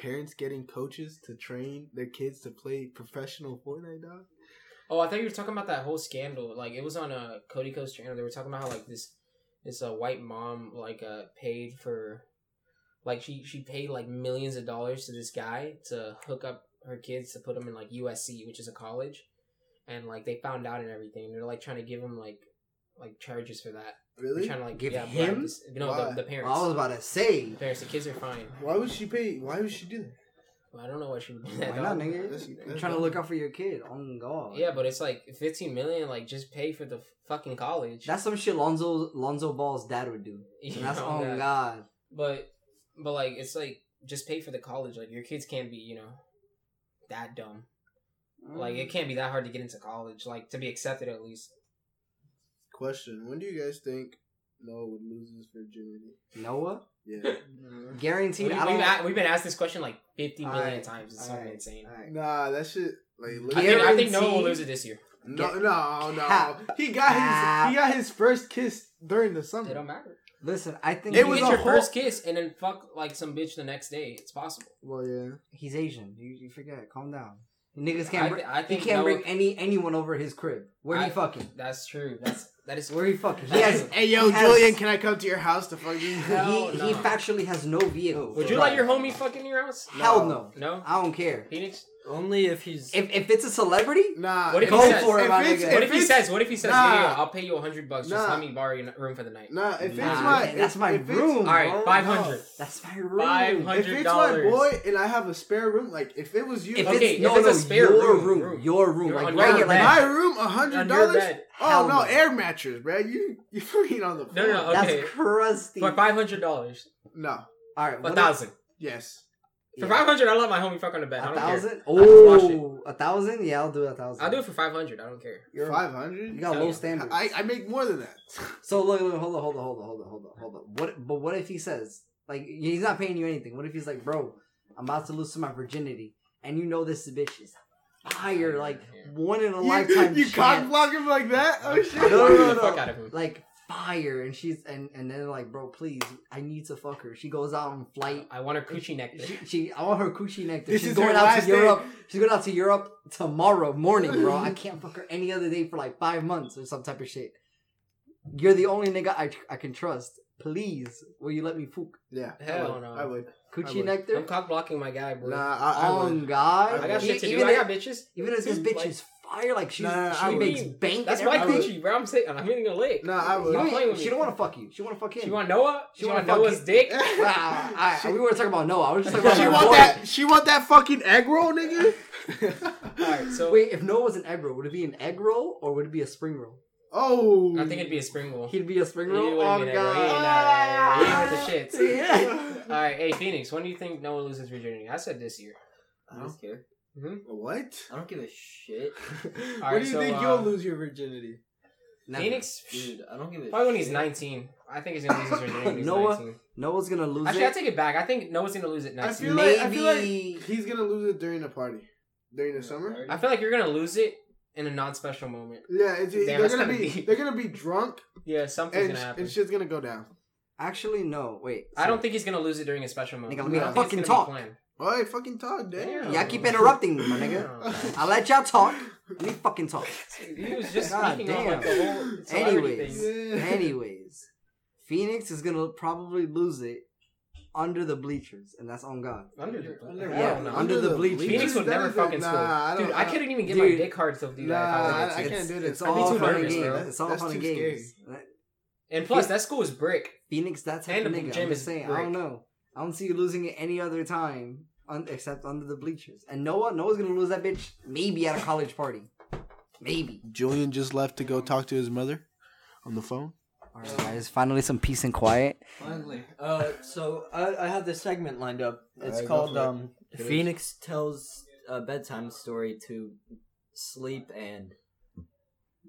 S1: Parents getting coaches to train their kids to play professional Fortnite, dog.
S2: Oh, I thought you were talking about that whole scandal. Like it was on a Cody Coast channel. They were talking about how like this this uh, white mom like uh paid for like she she paid like millions of dollars to this guy to hook up her kids to put them in like USC, which is a college, and like they found out and everything. they're like trying to give him like like charges for that. They're
S1: Really?
S2: trying to like
S3: Give
S2: yeah, bribe
S3: him?
S2: this- no,
S1: Why?
S2: the, the
S3: I
S2: parents.
S3: was about to say.
S2: the parents. The kids are fine.
S1: Why would she pay? Why would she do that?
S2: Well, I don't know why she would do that.
S3: Why not,
S2: dog.
S1: That's-
S3: nigga?
S1: that's
S3: I'm trying to
S1: dumb.
S3: look out for your kid. Oh God.
S2: Yeah, but it's like fifteen million. Like just pay for the fucking college.
S3: That's some shit Lonzo Lonzo Ball's dad would do.
S2: You
S3: And that's
S2: know
S3: oh
S2: that.
S3: God.
S2: But but like it's like just pay for the college. Like your kids can't be you know that dumb. Like it can't be that hard to get into college. Like to be accepted at least.
S1: Question: When do you guys think Noah would lose his virginity?
S3: Noah,
S1: Yeah.
S2: Mm. We,
S3: guaranteed.
S2: have
S3: I don't.
S2: we've been asked this question like fifty million
S3: Alright,
S2: times. It's
S3: alright,
S2: fucking insane.
S3: alright.
S1: nah, that shit. Like, look
S2: I think, I think Noah will
S3: Guaranteed.
S2: lose it this year.
S1: no, no, no.
S3: Cap.
S1: He got his
S3: Cap.
S1: he got his first kiss during the
S3: Um,
S2: It don't
S1: summer.
S2: matter.
S3: Listen, I think
S1: It
S2: you
S1: was a
S2: get your
S1: whole-
S2: first kiss and then fuck like some bitch the next day. It's possible.
S1: Well, yeah.
S3: he's Asian. You, you forget. Calm down. Niggas
S2: I
S3: can't.
S2: thi-
S3: bring
S2: I think
S3: he can't
S2: Noah-
S3: bring any anyone over his crib. Where
S2: I-
S3: he fucking.
S2: That's true. That's that is
S3: Where he fucking. He
S2: That's
S3: has.
S2: true.
S1: Hey, yo,
S3: He has-
S1: Julian, can I come to your house to fuck you?
S3: He,
S2: Hell
S3: he
S2: no.
S3: factually has no vehicle.
S2: Would you let your homie fuck in your house?
S3: Hell no.
S2: No.
S3: I don't care.
S2: Phoenix.
S5: Only if he's.
S3: If if it's a celebrity,
S1: Nah.
S2: What if
S1: go
S2: he says-
S1: for it,
S3: if
S1: my
S3: it's-
S1: nigga.
S2: What if, he
S1: it's-
S2: says? What if he says?
S1: Nah.
S2: "Hey, I'll pay you a hundred bucks. Just
S1: Nah.
S2: let me borrow your room for the night.
S1: Nah, if it's
S3: Nah,
S1: my,
S3: okay, that's
S1: if-
S3: my
S1: if it's-
S3: room.
S2: All right,
S3: bro.
S2: five hundred.
S3: That's my room.
S2: Five hundred.
S1: If it's my
S2: $100.
S1: boy and I have a spare room, like if it was you,
S3: If
S1: I'd-
S2: Okay,
S3: it's
S2: if
S3: no,
S2: it's a
S3: no,
S2: spare
S3: your
S2: room,
S3: room,
S2: room.
S3: your room,
S2: You're
S3: like
S2: under
S3: right
S2: your
S3: here,
S2: bed.
S3: like
S1: my room, a hundred
S2: Under your
S1: dollars.
S2: bed.
S1: Oh
S3: Hell
S1: no,
S3: no.
S1: air mattress, bro. You you fucking on the floor.
S2: No, no, no. Okay.
S3: That's crusty.
S2: For five hundred dollars,
S1: No.
S3: All right,
S2: a
S3: what
S2: thousand.
S1: Yes.
S2: For five hundred, I'll let my homie fuck on the bed. I
S3: A
S2: don't care.
S3: thousand?
S2: I'll just
S3: Oh, a thousand? Yeah, I'll do a thousand.
S2: I'll do it for five hundred. I don't care.
S3: You're,
S1: Five hundred.
S3: you got
S2: Oh,
S3: low
S2: yeah.
S3: standards.
S1: I, I make more than that.
S3: so look, look, hold on, hold on, hold on, hold on, hold on, hold on. What? But what if he says like he's not paying you anything? What if he's like, bro, I'm about to lose my virginity, and you know this bitch is fire, like one in a
S1: you
S3: lifetime.
S1: you
S3: chance.
S1: cock block him like that? Oh
S2: I'll
S1: shit.
S3: No, no, no,
S2: fuck
S3: no.
S2: out of him.
S3: Like fire, and she's and and then like, bro, please, I need to fuck her. She goes out on flight.
S2: I want her coochie nectar.
S3: She, she I want her coochie nectar.
S1: This
S3: she's
S1: is
S3: going
S1: her
S3: out
S1: last
S3: to
S1: day.
S3: Europe. She's going out to Europe tomorrow morning, bro. I can't fuck her any other day for like five months or some type of shit. You're the only nigga I I can trust. Please, will you let me fuck
S1: Yeah. I
S2: Hell
S1: would,
S2: no.
S1: I would. I
S3: coochie
S1: would.
S2: I'm
S3: nectar?
S2: cock blocking my guy, bro.
S1: Nah, I, I
S3: On
S1: would.
S3: God,
S2: I got shit to
S3: E-
S2: do.
S3: even
S2: I
S3: if-
S2: got bitches.
S3: Even if this bitch is fire, like she,
S1: Nah, nah, nah,
S3: she
S1: I would.
S3: makes bank.
S2: That's
S3: and
S2: my
S1: would.
S3: everything.
S2: coochie, bro. I'm saying I'm hitting a lick.
S1: Nah, I
S3: You
S1: would.
S2: Stop
S3: ain't-
S2: playing with
S3: she
S2: me.
S3: don't want to fuck you. She want to fuck him.
S2: She want Noah. She,
S3: She
S2: want
S3: wanna fuck
S2: Noah's dick.
S3: Ah, ah, ah, we weren't talking about Noah. I was just talking about
S1: she
S3: my
S1: want
S3: boy.
S1: that. She want that fucking egg roll, nigga.
S2: All right, so
S3: Wait, if Noah was an egg roll, would it be an egg roll or would it be a spring roll?
S1: Oh.
S2: I think it'd be a spring roll.
S3: He'd be a spring
S2: He
S3: roll.
S2: wouldn't
S3: oh
S2: be an egg roll. He ain't,
S3: god.
S2: uh, he ain't with the shits.
S3: Yeah.
S2: All right, hey Phoenix, when do you think Noah loses virginity? I said this year.
S5: I don't care.
S1: What?
S5: I don't give a shit,
S1: when
S2: right,
S1: do you
S2: so,
S1: think
S2: uh,
S1: you'll lose your virginity?
S3: Never.
S2: Phoenix,
S5: dude. I don't give a.
S2: probably when he's
S5: shit.
S2: 19. I think he's gonna lose his virginity. when he's
S3: Noah-
S2: 19.
S3: Noah's gonna lose
S2: Actually, I
S3: it.
S2: take it back. I think Noah's gonna lose it
S1: I
S2: next
S1: feel
S2: year.
S1: like I feel
S3: Maybe-
S1: like he's gonna lose it during the party, during the
S5: Yeah,
S1: summer.
S5: already.
S2: I feel like you're gonna lose it in a non-special moment.
S1: Yeah, it's,
S2: Damn,
S1: they're
S2: that's
S1: gonna
S2: kinda
S1: be
S2: deep.
S1: they're gonna be drunk
S2: Yeah, something's
S1: and,
S2: gonna happen.
S1: and shit's gonna go down.
S3: Actually, no. Wait.
S2: I don't think he's gonna lose it during a special moment.
S3: Nigga, let
S1: me
S2: I don't
S3: fucking
S2: think it's
S3: talk.
S2: gonna be planned.
S1: Oh, hey, fucking Todd, damn.
S2: Damn.
S3: Y'all keep interrupting me, my nigga. I let y'all talk. Let me fucking talk.
S2: He was just
S3: God
S2: speaking on like the
S3: damn.
S2: whole celebrity
S3: Anyways.
S2: thing.
S3: Anyways, Phoenix is gonna probably lose it under the bleachers, and that's on God.
S2: Under the
S5: Under- under-
S2: hell no.
S3: yeah, under the bleachers.
S2: Phoenix would
S1: That
S2: never
S1: is a-
S2: fucking
S1: nah,
S2: score.
S1: I don't-
S2: Dude, I
S1: don't-
S2: couldn't even get
S3: Dude.
S2: my dick hard to do
S1: Nah,
S2: that. if I
S1: Uh, I,
S2: was
S1: I
S2: a kid.
S1: can't do this.
S3: It's
S1: I'd be
S3: all
S2: too
S3: fun and
S2: nervous,
S3: games.
S2: bro.
S3: It's all
S1: That's
S3: fun
S1: too
S3: and games.
S2: And plus, that school is brick.
S3: Phoenix, that's type of
S2: And the
S3: nigga. I'm
S2: gym
S3: just
S2: is
S3: saying. I
S2: brick.
S3: don't know. I don't see you losing it any other time un- except under the bleachers. And Noah, Noah's gonna lose that bitch maybe at a college party. Maybe.
S1: Julian just left to go talk to his mother on the phone.
S3: All right, guys. Finally, some peace and quiet.
S5: Finally. Uh, so I, I have this segment lined up. It's
S1: Alright, go
S5: called
S1: for it.
S5: um,
S1: Hit it.
S5: Phoenix tells a bedtime story to sleep and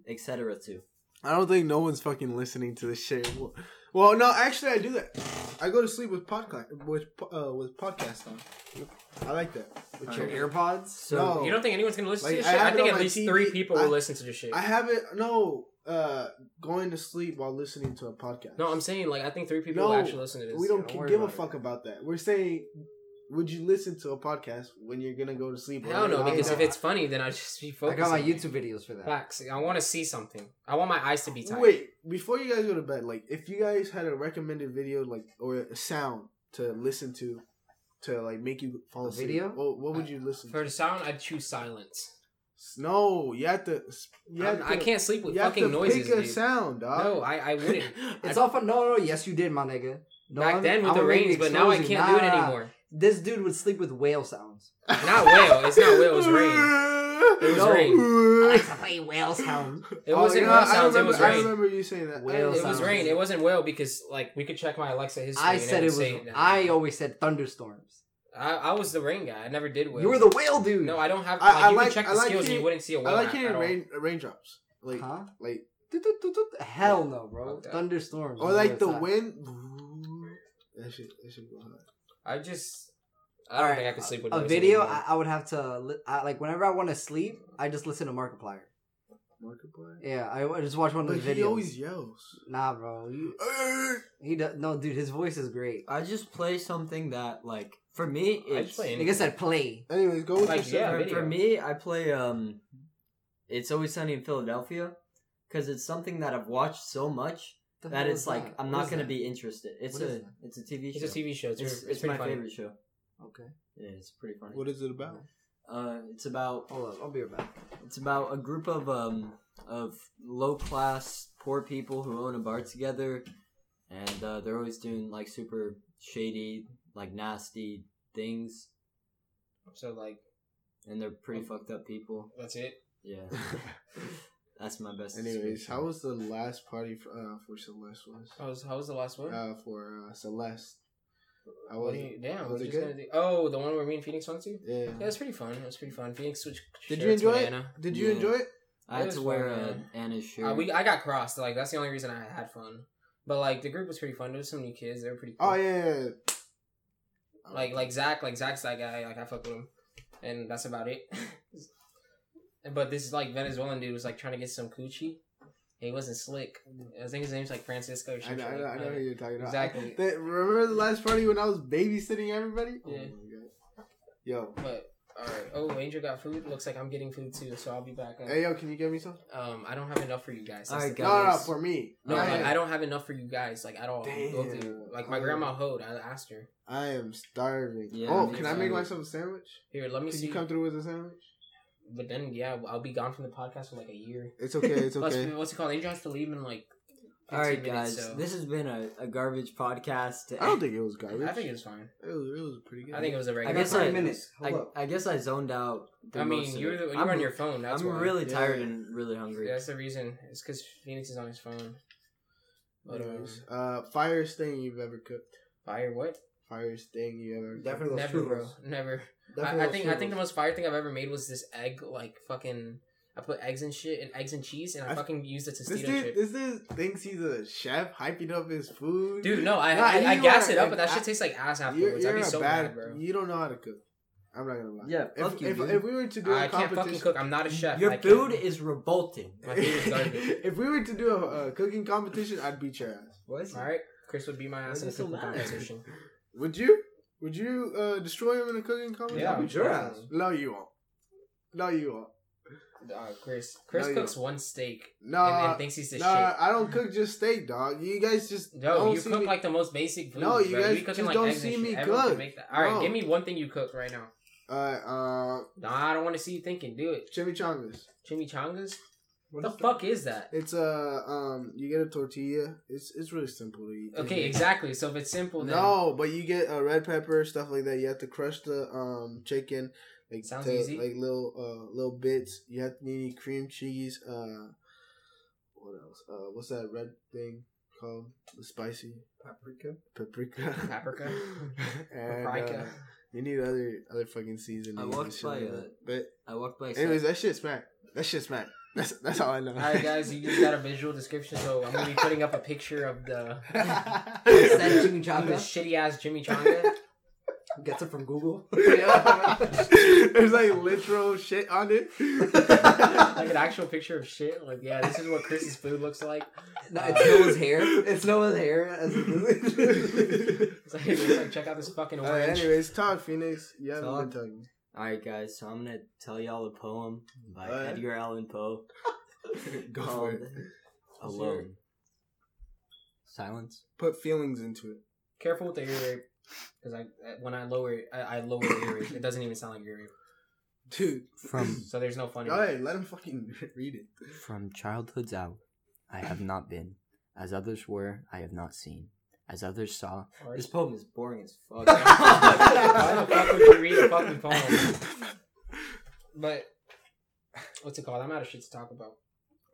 S5: etc. To
S1: I don't think no one's fucking listening to this shit. Well- Well, no, actually, I do that. I go to sleep with podcast with uh, with podcast on. I like that. With
S3: Your
S1: your ear-
S3: AirPods.
S5: so
S1: No.
S2: You don't think anyone's gonna listen
S1: Like,
S2: to this
S1: I
S2: shit?
S1: have
S2: I
S1: it
S2: think
S1: on
S2: at
S1: my
S2: least
S1: TV.
S2: three people will
S1: I-
S2: listen to this shit.
S1: I haven't no uh going to sleep while listening to a podcast.
S2: No, I'm saying like I think three people
S1: No,
S2: will actually listen to this.
S1: we don't
S2: Yeah, worry
S1: give a
S2: about it.
S1: fuck about that. We're saying, would you listen to a podcast when you're gonna go to sleep?
S2: Hell no,
S1: Or-
S2: because if it's funny, then I'd just be
S3: I
S2: focused.
S3: got my
S2: on it.
S3: YouTube videos for that.
S2: Facts. I want to see something. I want my eyes to be tight.
S1: Wait, before you guys go to bed, like if you guys had a recommended video, like or a sound to listen to, to like make you fall
S3: A
S1: asleep,
S3: video?
S1: What, what would you listen
S2: For
S1: to?
S2: the sound, I'd choose silence.
S1: No, you have to. You have
S2: I'm- I
S1: to-
S2: can't sleep with
S1: you have
S2: fucking
S1: to
S2: noises,
S1: Pick a
S2: dude.
S1: sound, dog.
S2: No, I, I wouldn't.
S3: It's all fun. No, no, yes, you did, my nigga. No,
S2: Back
S3: I'm-
S2: then with
S3: I'm
S2: the
S3: gonna make
S2: rains, but now I
S3: explosions.
S2: can't do it
S3: Nah.
S2: anymore.
S3: This dude would sleep with whale sounds.
S2: Not whale. It's not whale. It was rain. It was
S3: No.
S2: rain.
S3: I like to play whale sounds.
S2: It
S1: Oh,
S2: wasn't
S1: you know,
S2: whale
S1: I
S2: sounds. It
S1: remember-
S2: was
S1: I
S2: rain.
S1: remember you saying that.
S3: Whale
S2: It was
S3: sounds.
S2: rain. It wasn't whale because like we could check my Alexa history.
S3: I
S2: and
S3: said
S2: would
S3: it was.
S2: say that.
S3: I always said thunderstorms.
S2: I, I was the rain guy. I never did whale.
S3: You were the whale dude.
S2: No, I don't have.
S1: I-
S2: Like,
S1: I
S2: you
S1: like-
S2: could check the
S1: I like
S2: skills, and
S1: hearing-
S2: you wouldn't see a whale.
S1: I like
S2: at
S1: hearing
S2: all.
S1: rain, raindrops, like
S3: Huh?
S1: like,
S3: Du-du-du-du-du. Hell no, bro.
S2: Fuck that.
S3: Thunderstorms.
S1: or
S3: is
S1: like
S3: what
S1: the
S3: it's at.
S1: wind. That should that should go hard.
S2: I just. I don't
S3: Alright,
S2: think I could sleep with
S3: A
S2: noises
S3: video,
S2: anymore.
S3: I, I would have to li- I, like whenever I want to sleep. I just listen to Markiplier.
S1: Markiplier.
S3: Yeah, I, I just watch one of
S1: But
S3: his videos.
S1: he always yells.
S3: Nah, bro. You, he does, no, dude. His voice is great.
S5: I just play something that like for me
S2: I just
S5: it's
S2: play
S3: Nigga said play.
S1: Anyways, go with
S2: Like,
S1: your
S2: yeah,
S1: segment.
S2: video.
S5: for, for me I play um, it's always sunny in Philadelphia because it's something that I've watched so much
S3: The
S5: that
S3: hell
S5: it's
S3: is
S5: like
S3: that?
S5: I'm
S3: What
S5: not
S3: is
S5: gonna
S3: that?
S5: be interested. It's
S3: What
S5: a
S3: is that?
S5: it's a TV
S2: It's a
S5: show.
S2: TV show. It's,
S5: It's,
S2: it's,
S5: it's
S2: pretty
S5: my
S2: funny.
S5: favorite show.
S3: Okay,
S5: Yeah, it's pretty funny.
S1: What is it about?
S5: Uh, it's about
S3: hold up. I'll be right back.
S5: it's about a group of um of low class poor people who own a bar together, and uh, they're always doing like super shady, like nasty things,
S2: So like
S5: and they're
S2: Oh.
S5: pretty fucked up people.
S2: that's it.
S5: Yeah, that's my best.
S1: Anyways,
S5: description.
S1: how was the last party for uh, for Celeste was?
S2: How was, how was the last one?
S1: Uh, for uh, Celeste, I was.
S2: What do you- damn,
S1: was
S2: we're
S1: it
S2: just
S1: good?
S2: gonna do- oh, the one where me and Phoenix went to.
S1: Yeah.
S2: Yeah, it was pretty fun. It was pretty fun. Phoenix switched.
S1: Did
S2: shirts
S1: you enjoy
S2: with
S1: it?
S2: Anna.
S1: Did you
S5: Yeah.
S1: enjoy it?
S5: I
S2: It
S5: had
S2: was
S5: to wear
S2: fun,
S5: uh,
S2: man.
S5: Anna's shirt.
S2: Uh, we I got crossed. Like that's the only reason I had fun. But like the group was pretty fun. There was some new kids. They were pretty. Cool.
S1: Oh yeah. yeah, yeah.
S2: Like like Zach. Like Zach's that guy. Like I fuck with him, and that's about it. but this like Venezuelan dude was like trying to get some coochie. He wasn't slick. I think his name's like Francisco. Or
S1: I
S2: something
S1: know, I know, I know who you're talking about.
S2: Exactly.
S1: That- remember the last party when I was babysitting everybody? Oh
S2: Yeah.
S1: my god. Yo.
S2: But all right. Oh, Angel got food. Looks like I'm getting food too, so I'll be back. Up.
S1: Hey yo, can you get me some?
S2: Um, I don't have enough for you guys.
S5: All
S2: That's
S5: right,
S2: the-
S5: guys.
S1: No, no, for me.
S2: No,
S1: I,
S2: like,
S1: am,
S2: I don't have enough for you guys, like at all.
S1: Damn.
S2: Both of you. Like my
S1: Oh.
S2: grandma hoed. I asked her.
S1: I am starving.
S5: Yeah,
S1: oh,
S5: me
S1: can I make
S5: too.
S1: myself a sandwich?
S2: Here, let me
S1: Can
S2: see.
S1: you come through with a sandwich?
S2: But then, yeah, I'll be gone from the podcast for like a year.
S1: It's okay, it's
S2: Plus,
S1: okay.
S2: what's it called? Angel has to leave in like.
S5: All right,
S2: 15
S5: guys.
S2: minutes, so-
S5: This has been a, a garbage podcast.
S1: I don't think it was garbage.
S2: I think it was fine.
S1: it was, it was pretty good.
S2: I think it was a
S5: I
S2: regular.
S5: guess
S3: Three
S5: I-
S3: minutes.
S5: I,
S3: Hold up.
S5: I guess I zoned out. through
S2: I
S5: most
S2: mean,
S5: of
S2: you're
S5: it.
S2: the, you're
S5: I'm,
S2: on your phone. That's
S5: I'm
S2: why.
S5: really
S1: Yeah.
S5: tired and really hungry.
S2: That's the reason. It's because Phoenix is on his phone. But, um,
S1: Anyways, uh, fireest thing you've ever cooked.
S2: fire what?
S1: Fireest thing you ever cooked.
S3: Definitely those
S2: Never, bro.
S3: churros.
S2: Never.
S3: Definitely
S2: I, I
S3: those
S2: think I think
S3: churros.
S2: the most fire thing I've ever made was this egg like fucking. I put eggs and shit and eggs and cheese and I,
S1: I-
S2: fucking used it to
S1: This
S2: tostito
S1: dude,
S2: chip.
S1: this dude thinks he's a chef, hyping up his food.
S2: Dude, no, I
S1: Nah,
S2: I, I
S1: you
S2: gas
S1: are
S2: it up,
S1: an
S2: but that shit
S1: a-
S2: tastes like ass
S1: you're,
S2: afterwards.
S1: you're
S2: I'd be
S1: a
S2: so
S1: bad.
S2: mad, bro.
S1: You don't know how to cook. I'm not gonna lie.
S5: Yeah,
S1: If,
S5: fuck you,
S1: if,
S5: dude.
S1: if we were to do a
S2: I can't
S1: competition,
S2: fucking cook. I'm not a chef.
S5: Your
S2: I
S5: food
S2: can't-
S5: is revolting.
S2: My food is garbage.
S1: if we were to do a, a cooking competition, I'd beat your ass.
S5: What is
S2: All right, Chris would beat my
S5: Why
S2: ass
S5: are
S2: in
S5: you
S2: a
S5: so
S2: cooking
S5: mad?
S2: competition.
S1: Would you? Would you uh, destroy him in a cooking competition?
S2: Yeah,
S5: Beat your ass.
S1: No, you won't. No, you won't.
S2: Uh, Chris, Chris
S1: No, you
S2: cooks one steak
S1: No,
S2: and, and thinks he's the
S1: no, I don't cook just steak, dog. You guys just
S2: shit.
S1: don't
S2: No, you
S1: see
S2: cook
S1: me.
S2: like the most basic food.
S1: No, you guys
S2: we cooking,
S1: just
S2: like,
S1: don't
S2: eggs and
S1: see
S2: shit.
S1: me
S2: Everyone can
S1: cook.
S2: Make that. All right,
S1: No.
S2: give me one thing you cook right now.
S1: uh, uh,
S2: Nah, I don't want to see you thinking. Do it.
S1: chimichangas.
S2: Chimichangas?
S1: What
S2: What the
S1: is that?
S2: fuck is that?
S1: It's uh, um, you get a tortilla. It's it's really simple to eat.
S2: Okay, exactly. So if it's simple, then
S1: No, but you get uh, red pepper stuff like that. You have to crush the um chicken like
S2: Sounds
S1: to-
S2: easy.
S1: like little uh little bits. You have to need cream cheese. Uh, what else? Uh, what's that red thing called? The spicy
S3: Paprika.
S1: paprika.
S2: Paprika?
S1: and, uh,
S2: Paprika.
S1: you need other other fucking seasoning.
S5: I
S1: and
S5: walked
S1: shit
S5: by
S1: like
S5: a-
S1: that. But
S5: I walked by.
S1: anyways, that shit smack. That shit smack. That's that's all I know.
S2: All right, guys, you just got a visual description, so I'm gonna be putting up a picture of the,
S3: Said Jimmy
S2: of the
S1: Uh-huh.
S3: Changa.
S2: shitty ass chimichanga.
S3: Gets it from Google.
S1: There's like literal shit on it.
S2: like an actual picture of shit. Like, yeah, this is what Chris's food looks like.
S3: No, it's Noah's hair. Uh, It's Noah's hair. As
S2: It's like, it's like check out this fucking
S1: Uh,
S2: orange.
S1: anyways, talk Phoenix. You haven't
S5: Talk.
S1: been talking.
S5: All right, guys. So I'm gonna tell y'all a poem by
S1: All right.
S5: Edgar Allan Poe
S1: Go for
S5: called
S1: it.
S5: "Alone." Silence.
S1: Put feelings into it.
S2: Careful with the ear rape, because I when I lower it, I, I lower the ear rape. It doesn't even sound like ear rape.
S1: Dude,
S4: From
S2: So there's no fun. in
S1: go
S2: it.
S1: ahead. Let him fucking read it.
S4: From childhood's out, I have not been. As others were, I have not seen. As others saw,
S5: This poem is boring as fuck.
S2: Why the fuck would you read a fucking poem? But what's it called? I'm out of shit to talk about.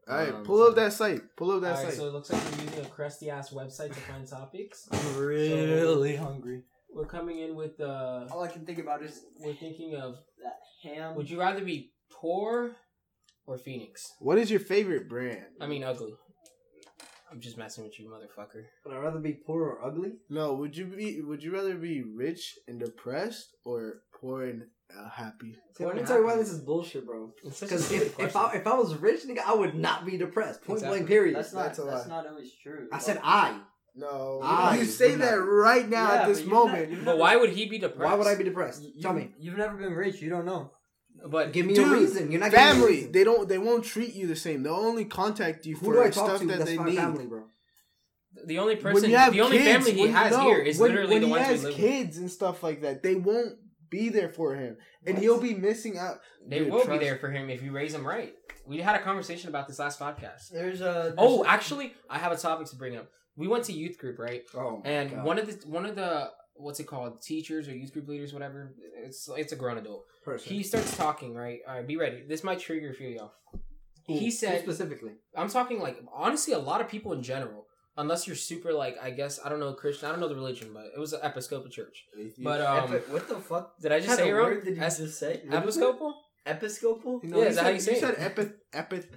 S1: All right,
S5: Um,
S1: pull up that site. Pull up that
S2: All right,
S1: site.
S2: so it looks like we're using a crusty ass website to find topics.
S5: I'm really hungry.
S2: We're coming in with uh,
S3: All I can think about is
S2: we're thinking of
S3: that ham.
S2: would you rather be poor or Phoenix?
S1: what is your favorite brand?
S2: I mean, ugly. I'm just messing with you, motherfucker.
S3: Would I rather be poor or ugly?
S1: no, would you be? Would you rather be rich and depressed or poor and uh, happy?
S3: See, let me tell you why this is bullshit, bro.
S2: It's such a
S3: Because
S2: stupid
S3: if, if I
S2: question.
S3: if I was rich, nigga, I would not be depressed. Point
S2: Exactly.
S3: blank. Period.
S5: That's not.
S1: That's a
S5: That's
S1: lie.
S5: not always true.
S3: I said I.
S1: No,
S3: I
S1: Ah, you say
S3: would
S1: that
S3: not.
S1: right now
S5: Yeah,
S1: at
S5: but
S1: this
S5: you're not-
S1: moment.
S5: you're
S2: but
S5: not-
S2: why would he be depressed?
S3: Why would I be depressed?
S5: You-
S3: Tell me.
S5: You've never been rich. You don't know.
S2: But
S3: Give me
S1: Dude,
S3: a reason. You're not giving me a
S1: family,
S3: reason.
S1: they don't. They won't treat you the same. They'll only contact you
S3: Who
S1: for
S3: do I talk
S1: stuff
S3: to?
S1: that
S3: That's
S1: they
S3: my
S1: need.
S3: family, bro.
S2: the only
S1: When
S2: person,
S1: you have
S2: the only
S1: kids,
S2: family he
S1: when-
S2: has
S1: no,
S2: here is
S1: when-
S2: literally
S1: when
S2: the ones
S1: he
S2: we
S1: has
S2: live with.
S1: kids and stuff like that. They won't be there for him, and
S3: What?
S1: he'll be missing out.
S2: They
S1: Dude,
S2: will
S1: trust-
S2: be there for him if you raise him right. We had a conversation about this last podcast.
S5: There's a.
S2: Oh, actually, I have a topic to bring up. We went to youth group, right?
S3: Oh,
S2: And
S3: God.
S2: one of the one of the what's it called? Teachers or youth group leaders, whatever. It's it's a grown adult.
S3: person.
S2: He starts talking, right? All right, be ready. This might trigger a few of y'all.
S3: Who?
S2: He
S3: Who
S2: said
S3: specifically.
S2: I'm talking like honestly, a lot of people in general, unless you're super like I guess I don't know Christian, I don't know the religion, but it was an Episcopal church. But um,
S5: Epi- what the fuck?
S2: did I just
S5: What
S2: say it
S5: kind of
S2: wrong?
S5: word Did you
S2: Es-
S5: just say
S2: Episcopal?
S5: Episcopal?
S1: You
S2: Yeah,
S1: he
S2: is that how
S1: said-
S2: you say it?
S1: said epi- epi-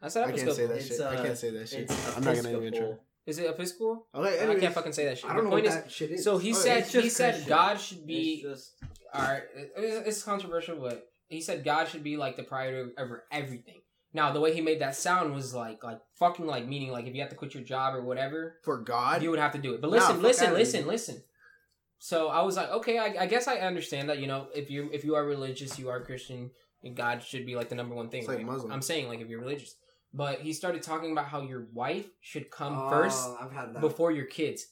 S2: I said
S1: I can't say
S2: Episcopal.
S1: that
S5: It's,
S1: shit.
S5: uh,
S1: I can't say that shit.
S5: It's
S1: I'm not gonna even try.
S5: Episcopal.
S2: Is it Episcopal?
S1: Okay,
S2: I
S1: anyways,
S2: can't fucking say that shit.
S3: I don't
S2: the
S3: know
S2: point
S3: what
S2: is,
S3: that shit is.
S2: so he
S1: Oh,
S2: said
S5: it's just
S2: he said
S5: Christian.
S2: God should be
S5: It's just
S2: all right. It's, it's controversial, but he said God should be like the priority over everything. Now the way he made that sound was like like fucking like meaning like if you have to quit your job or whatever,
S1: For God?
S2: you would have to do it. But
S1: Nah,
S2: listen,
S1: fuck
S2: listen,
S1: outta
S2: listen,
S1: here.
S2: listen. So I was like, okay, I, I guess I understand that. You know, if you if you are religious, you are Christian, and God should be like the number one thing.
S1: It's like
S2: right?
S1: Muslim.
S2: I'm saying like if you're religious, but he started talking about how your wife should come
S3: Oh,
S2: um, first
S3: I've had that.
S2: before your kids.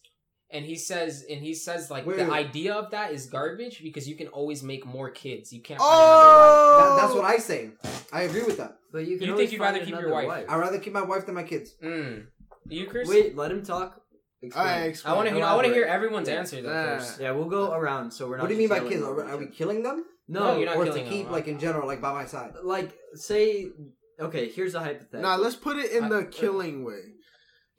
S2: And he says, and he says, like
S3: Wait,
S2: the
S3: wait.
S2: idea of that is garbage because you can always make more kids. You can't. find another wife.
S1: oh!
S3: That- that's what I say. I agree with that.
S5: But you can
S2: You
S5: always
S2: think you'd rather
S5: find
S2: keep your
S5: another
S2: wife?
S3: I'd rather keep my wife than my kids.
S1: Oh!
S2: Mm. You, Chris?
S5: Wait, let him talk. Explain.
S1: I,
S2: I want to hear. I want to hear everyone's
S5: Yeah.
S2: answer though
S1: Nah.
S2: first.
S5: Yeah, we'll go around. So we're not.
S3: What do you mean by
S5: just
S3: kids?
S5: yelling
S3: Are,
S5: at
S3: are we
S5: each other.
S3: killing them?
S5: No,
S2: No, you're not
S3: or
S2: killing
S3: to
S2: them.
S3: keep like in general, like by my side.
S5: like say okay. Here's a hypothetical.
S1: Nah, let's put it in
S2: I-
S1: the killing way.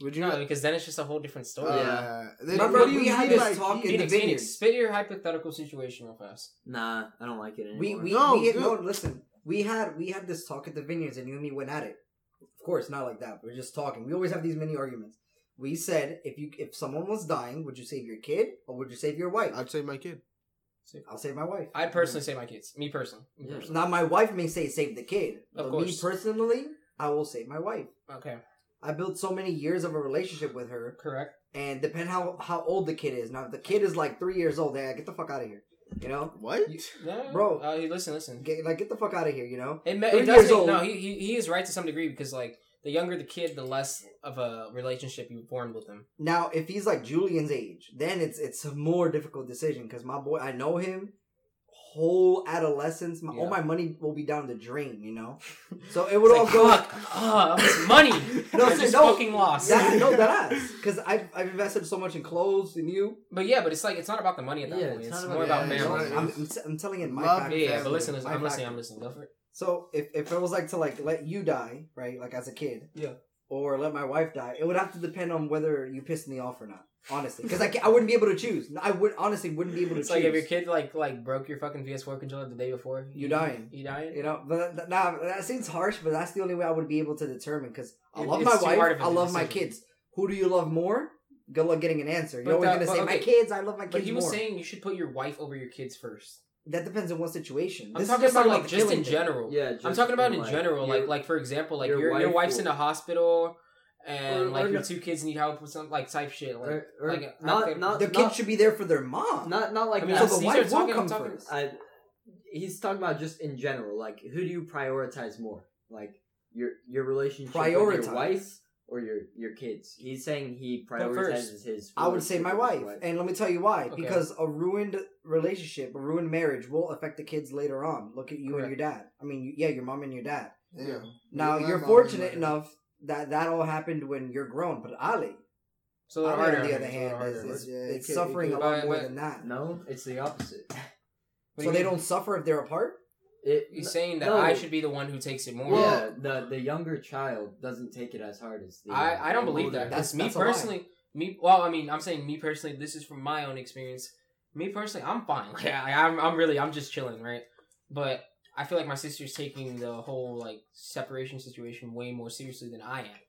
S1: Would you?
S2: No, because then it's just a whole different story.
S1: Uh,
S5: Yeah.
S1: then
S3: Remember
S1: what do you
S3: we had
S1: mean
S3: this
S1: by
S3: talk
S1: he-
S3: in the
S2: Phoenix, Phoenix,
S3: vineyard.
S2: spit your hypothetical situation real fast.
S5: Nah, I don't like it anymore.
S3: We we
S1: No,
S3: we had,
S1: dude.
S3: no listen. We had we had this talk at the vineyards, and you and me went at it. Of course, not like that. We're just talking. We always have these mini arguments. We said if you if someone was dying, would you save your kid or would you save your wife?
S1: I'd say my kid.
S3: I'll save my wife.
S2: I'd personally
S3: Mm.
S2: say my kids. Me personally. Me
S5: Yeah.
S2: personally.
S3: Now my wife may say save the kid,
S2: Of
S3: but me
S2: course.
S3: personally, I will save my wife.
S2: Okay.
S3: I built so many years of a relationship with her,
S2: Correct.
S3: and depend how how old the kid is. Now if the kid is like three years old, yeah, get the fuck out of here. You know,
S1: What?
S3: You-
S2: No,
S3: Bro.
S2: Uh, listen, listen.
S3: get, like get the fuck out of here. You know,
S2: It, ma-
S3: Three
S2: it
S3: years
S2: does. Make,
S3: old.
S2: no, he, he he is right to some degree because like the younger the kid, the less of a relationship you formed with them.
S3: Now, if he's like Julian's age, then it's it's a more difficult decision because my boy, I know him. Whole adolescence, my, all
S2: Yeah.
S3: my money will be down the drain, you know. So it would all
S2: It's
S3: go.
S2: like, fuck, ah, it's money.
S3: No,
S2: I
S3: so
S2: just
S3: no,
S2: fucking lost.
S3: That, no, that ass. Because I've, I've invested so much in clothes and you.
S2: But yeah, but it's like it's not about the money at that
S5: Yeah,
S2: point.
S5: it's
S2: It's,
S5: not
S2: more
S1: about-
S2: about
S1: Yeah,
S2: family.
S1: it's
S3: I'm, I'm, t- I'm telling you, my
S1: Love
S3: factor.
S2: Yeah, yeah, but
S1: Family.
S2: listen, listen,
S3: My
S2: I'm listening.
S3: factor.
S2: I'm listening. Go for it.
S3: So if, if it was like to like let you die, right, like as a kid,
S2: Yeah.
S3: or let my wife die, it would have to depend on whether you pissed me off or not. Honestly, because I, can't- I wouldn't be able to choose. I would honestly wouldn't be able to
S2: It's
S3: choose.
S2: like if your kid like like broke your fucking PS4 controller the day before.
S3: You dying.
S2: You dying.
S3: You know, but th- nah, that seems harsh, but that's the only way I would be able to determine because I
S2: It-
S3: love
S2: it's
S3: my
S2: too hard
S3: wife,
S2: of a
S3: I love my
S2: decision.
S3: kids. Who do you love more? Good luck getting an answer. You're
S2: But
S3: always
S2: that-
S3: gonna
S2: but
S3: say my
S2: okay.
S3: kids. I love my
S2: But
S3: kids
S2: he
S3: more.
S2: was saying you should put your wife over your kids first.
S3: that depends on what situation.
S2: I'm
S3: This is
S2: talking
S3: just
S2: about
S3: the
S2: like just
S3: killing
S2: in
S3: thing.
S2: general.
S5: yeah, just
S2: I'm talking about in
S5: like,
S2: general,
S5: your-
S2: like like for example, like
S5: your
S2: your your,
S5: wife
S2: wife's
S5: will-
S2: in the hospital, and
S5: Or-
S2: like
S5: or
S2: your
S5: no-
S2: two kids need help with some like type shit. Like,
S5: or, or
S2: like, I'm
S5: not
S2: thinking-
S5: not
S3: The
S5: not,
S3: kid should be there for their mom.
S5: not not like
S2: I mean,
S5: that.
S2: I'm-
S3: so the
S2: these
S3: wife
S2: are talking-
S3: will
S2: I'm
S3: come
S2: talking-
S3: first.
S5: I, he's talking about just in general. Like, who do you prioritize more? Like your your relationship with
S3: Prioritize.
S5: your wife or your your kids? He's saying he
S2: But first,
S5: prioritizes his.
S3: I would say my
S5: relationship
S3: wife,
S5: with his
S3: and let me tell you why.
S2: Okay.
S3: Because a ruined relationship, a ruined marriage, will affect the kids later on. Look at you and
S2: Correct.
S3: your dad. I mean, you- yeah, your mom and your dad.
S1: Yeah.
S3: Now
S1: Yeah,
S3: you're
S1: my mom and
S3: fortunate
S1: my-
S3: enough that that all happened when you're grown, but Ali,
S2: So a little
S3: Ali,
S2: harder,
S3: on the other
S2: it's a little
S3: hand,
S2: harder,
S3: is, is,
S1: right? Yeah, it
S3: it's
S1: can- it
S3: suffering a
S1: can-
S3: lot
S2: but-
S3: more
S2: but-
S3: than that.
S5: No, it's the opposite.
S2: but-
S3: so they don't suffer if they're apart.
S5: It,
S2: He's saying that
S5: no.
S2: I should be the one who takes it more.
S5: yeah, the the younger child doesn't take it as hard as the.
S2: I, I don't
S5: the
S2: believe
S5: older.
S2: that.
S3: That's-
S2: That's, me
S3: that's a lie.
S2: personally. Me well, I mean, I'm saying me personally. This is from my own experience. Me personally, I'm fine. Like I, I'm, I'm really, I'm just chilling, right? But I feel like my sister's taking the whole like separation situation way more seriously than I am.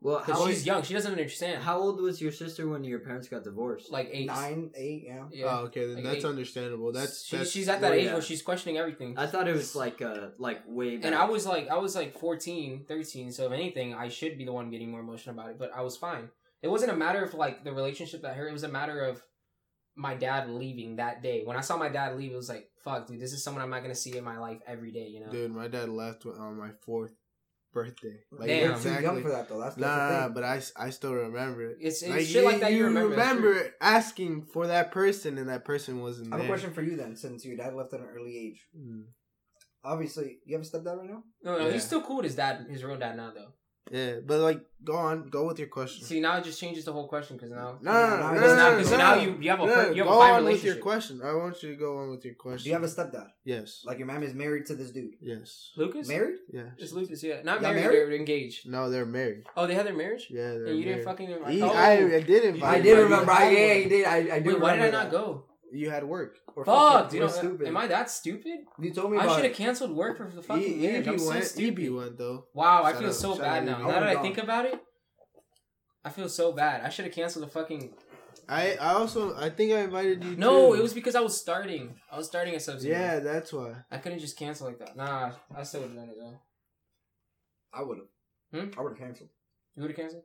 S5: Well, how
S2: Because she's
S5: old-
S2: young, she doesn't understand. How
S5: How old was your sister when your parents got divorced?
S2: like eight,
S3: Nine, eight, yeah.
S2: yeah.
S1: Oh, okay. Then
S2: Like
S1: that's
S2: eight-
S1: understandable. That's,
S2: she,
S1: that's
S2: she's at that
S5: well,
S2: age
S5: yeah.
S2: where she's questioning everything.
S5: I thought it was like uh like way back.
S2: and I was like, I was like 14, 13. So if anything, I should be the one getting more emotional about it. But I was fine. It wasn't a matter of like the relationship that hurt. It was a matter of my dad leaving that day. When I saw my dad leave, it was like, fuck, dude, this is someone I'm not gonna see in my life every day. You know.
S1: Dude, my dad left on my fourth birthday. Like
S2: Damn.
S3: You're too young for that though. That's
S1: Nah,
S3: that's the
S1: nah, nah,
S3: thing.
S1: but I, s- I still remember it.
S2: It's, it's
S1: Like,
S2: shit like that you, remember. that's true.
S1: asking for that person and that person wasn't
S3: I
S1: there.
S3: have a question for you then, since your dad left at an early age.
S1: Mm.
S3: Obviously, you have a stepdad right now.
S2: No, no,
S1: Yeah.
S2: he's still cool with his dad, his real dad now though.
S1: Yeah, but like, go on, go with your question.
S2: See, now it just changes the whole question because now,
S1: no, no, no,
S3: Nah,
S1: no,
S2: because
S1: no,
S2: now,
S1: no,
S2: because
S1: no,
S2: now
S1: no.
S2: you you have a
S1: No,
S2: per- you have
S1: go
S2: a fine
S1: on with your
S2: relationship.
S1: question. I want you to go on with your question.
S3: Do you have a stepdad?
S1: yes,
S3: Like your mom is married to this dude.
S1: yes,
S2: Lucas,
S3: Married?
S1: yeah.
S2: It's Lucas, yeah. Not
S3: Y'all
S2: married,
S3: married?
S2: they're engaged.
S1: No, they're married.
S2: Oh, they had their marriage?
S1: Yeah, they're
S2: and
S1: married.
S2: you didn't fucking invite
S1: He-
S2: oh.
S1: I, I did invite.
S3: I
S1: you,
S3: did
S1: but you
S3: remember. I,
S1: had
S3: yeah,
S1: one.
S3: he did. I, I do.
S2: Wait, why did I
S3: remember
S2: not
S3: that.
S2: go?
S1: You had work.
S3: Or
S2: Fuck,
S3: fucking-
S2: dude.
S3: we're
S2: I'm- Am I that stupid?
S3: You told me
S2: I
S3: about.
S2: should have
S3: it.
S2: canceled work for the fucking
S1: E-
S2: marriage. I'm
S1: EB
S2: so
S1: went.
S2: stupid.
S1: EB went though.
S2: Wow, I
S1: Shut
S2: feel
S1: up,
S2: so
S1: shut
S2: bad
S1: up,
S2: now.
S1: EB.
S2: Now that
S3: Oh,
S2: I think about it, I feel so bad. I should have canceled the fucking.
S1: I I also I think I invited you.
S2: No,
S1: too.
S2: it was because I was starting. I was starting a substitute.
S1: Yeah, that's why.
S2: I couldn't just cancel like that. Nah, I still would have done it though.
S3: I would have.
S2: Hmm?
S3: I would have canceled.
S2: You would have canceled.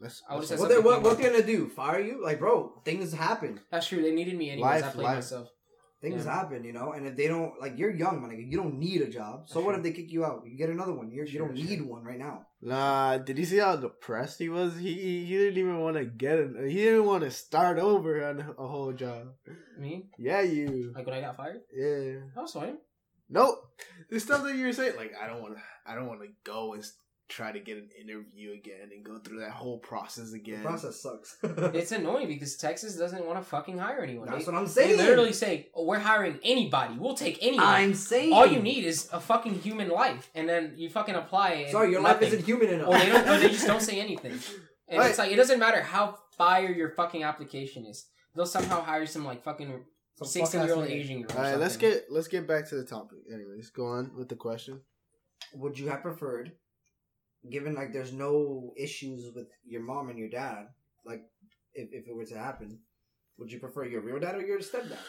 S1: Let's,
S2: I would've
S1: let's
S2: said
S3: What they what what they gonna do? Fire you? Like, bro, things happen.
S2: That's true. They needed me anyways. I
S1: Life-
S2: played
S1: life.
S2: myself.
S3: Things
S2: Yeah.
S3: happen, you know. And if they don't, like, you're young, my nigga. You don't need a job. So
S2: That's
S3: what
S2: true.
S3: if they kick you out? You get another one. You're, you
S2: Sure,
S3: don't
S2: sure.
S3: need one right now.
S1: Nah, did you see how depressed he was? He he- he didn't even want to get it. He didn't want to start over on a whole job.
S2: Me?
S1: Yeah, you.
S2: Like when I got fired?
S1: Yeah.
S2: That was fine.
S1: Nope. The stuff that you were saying, like I don't want to, I don't want to go and s- try to get an interview again and go through that whole process
S3: The
S1: again.
S3: process sucks.
S2: It's annoying because Texas doesn't want to fucking hire anyone.
S3: That's
S2: they,
S3: what I'm
S2: they
S3: saying.
S2: literally say, oh, "We're hiring anybody. We'll take anyone."
S5: I'm saying
S2: All you need is a fucking human life, and then you fucking apply. And
S3: Sorry, your life
S2: nothing.
S3: isn't human enough.
S2: Or they don't. Or they just don't say anything. And it's like it doesn't matter how fire your fucking application is. They'll somehow hire some like fucking
S3: Some
S2: sixteen year old
S3: fuck-ass nigga.
S2: Asian girl. or
S1: All right, let's
S2: something.
S1: get let's get back to the topic. Anyways, go on with the question.
S3: Would you have preferred, given like there's no issues with your mom and your dad, like if, if it were to happen, would you prefer your real dad or your stepdad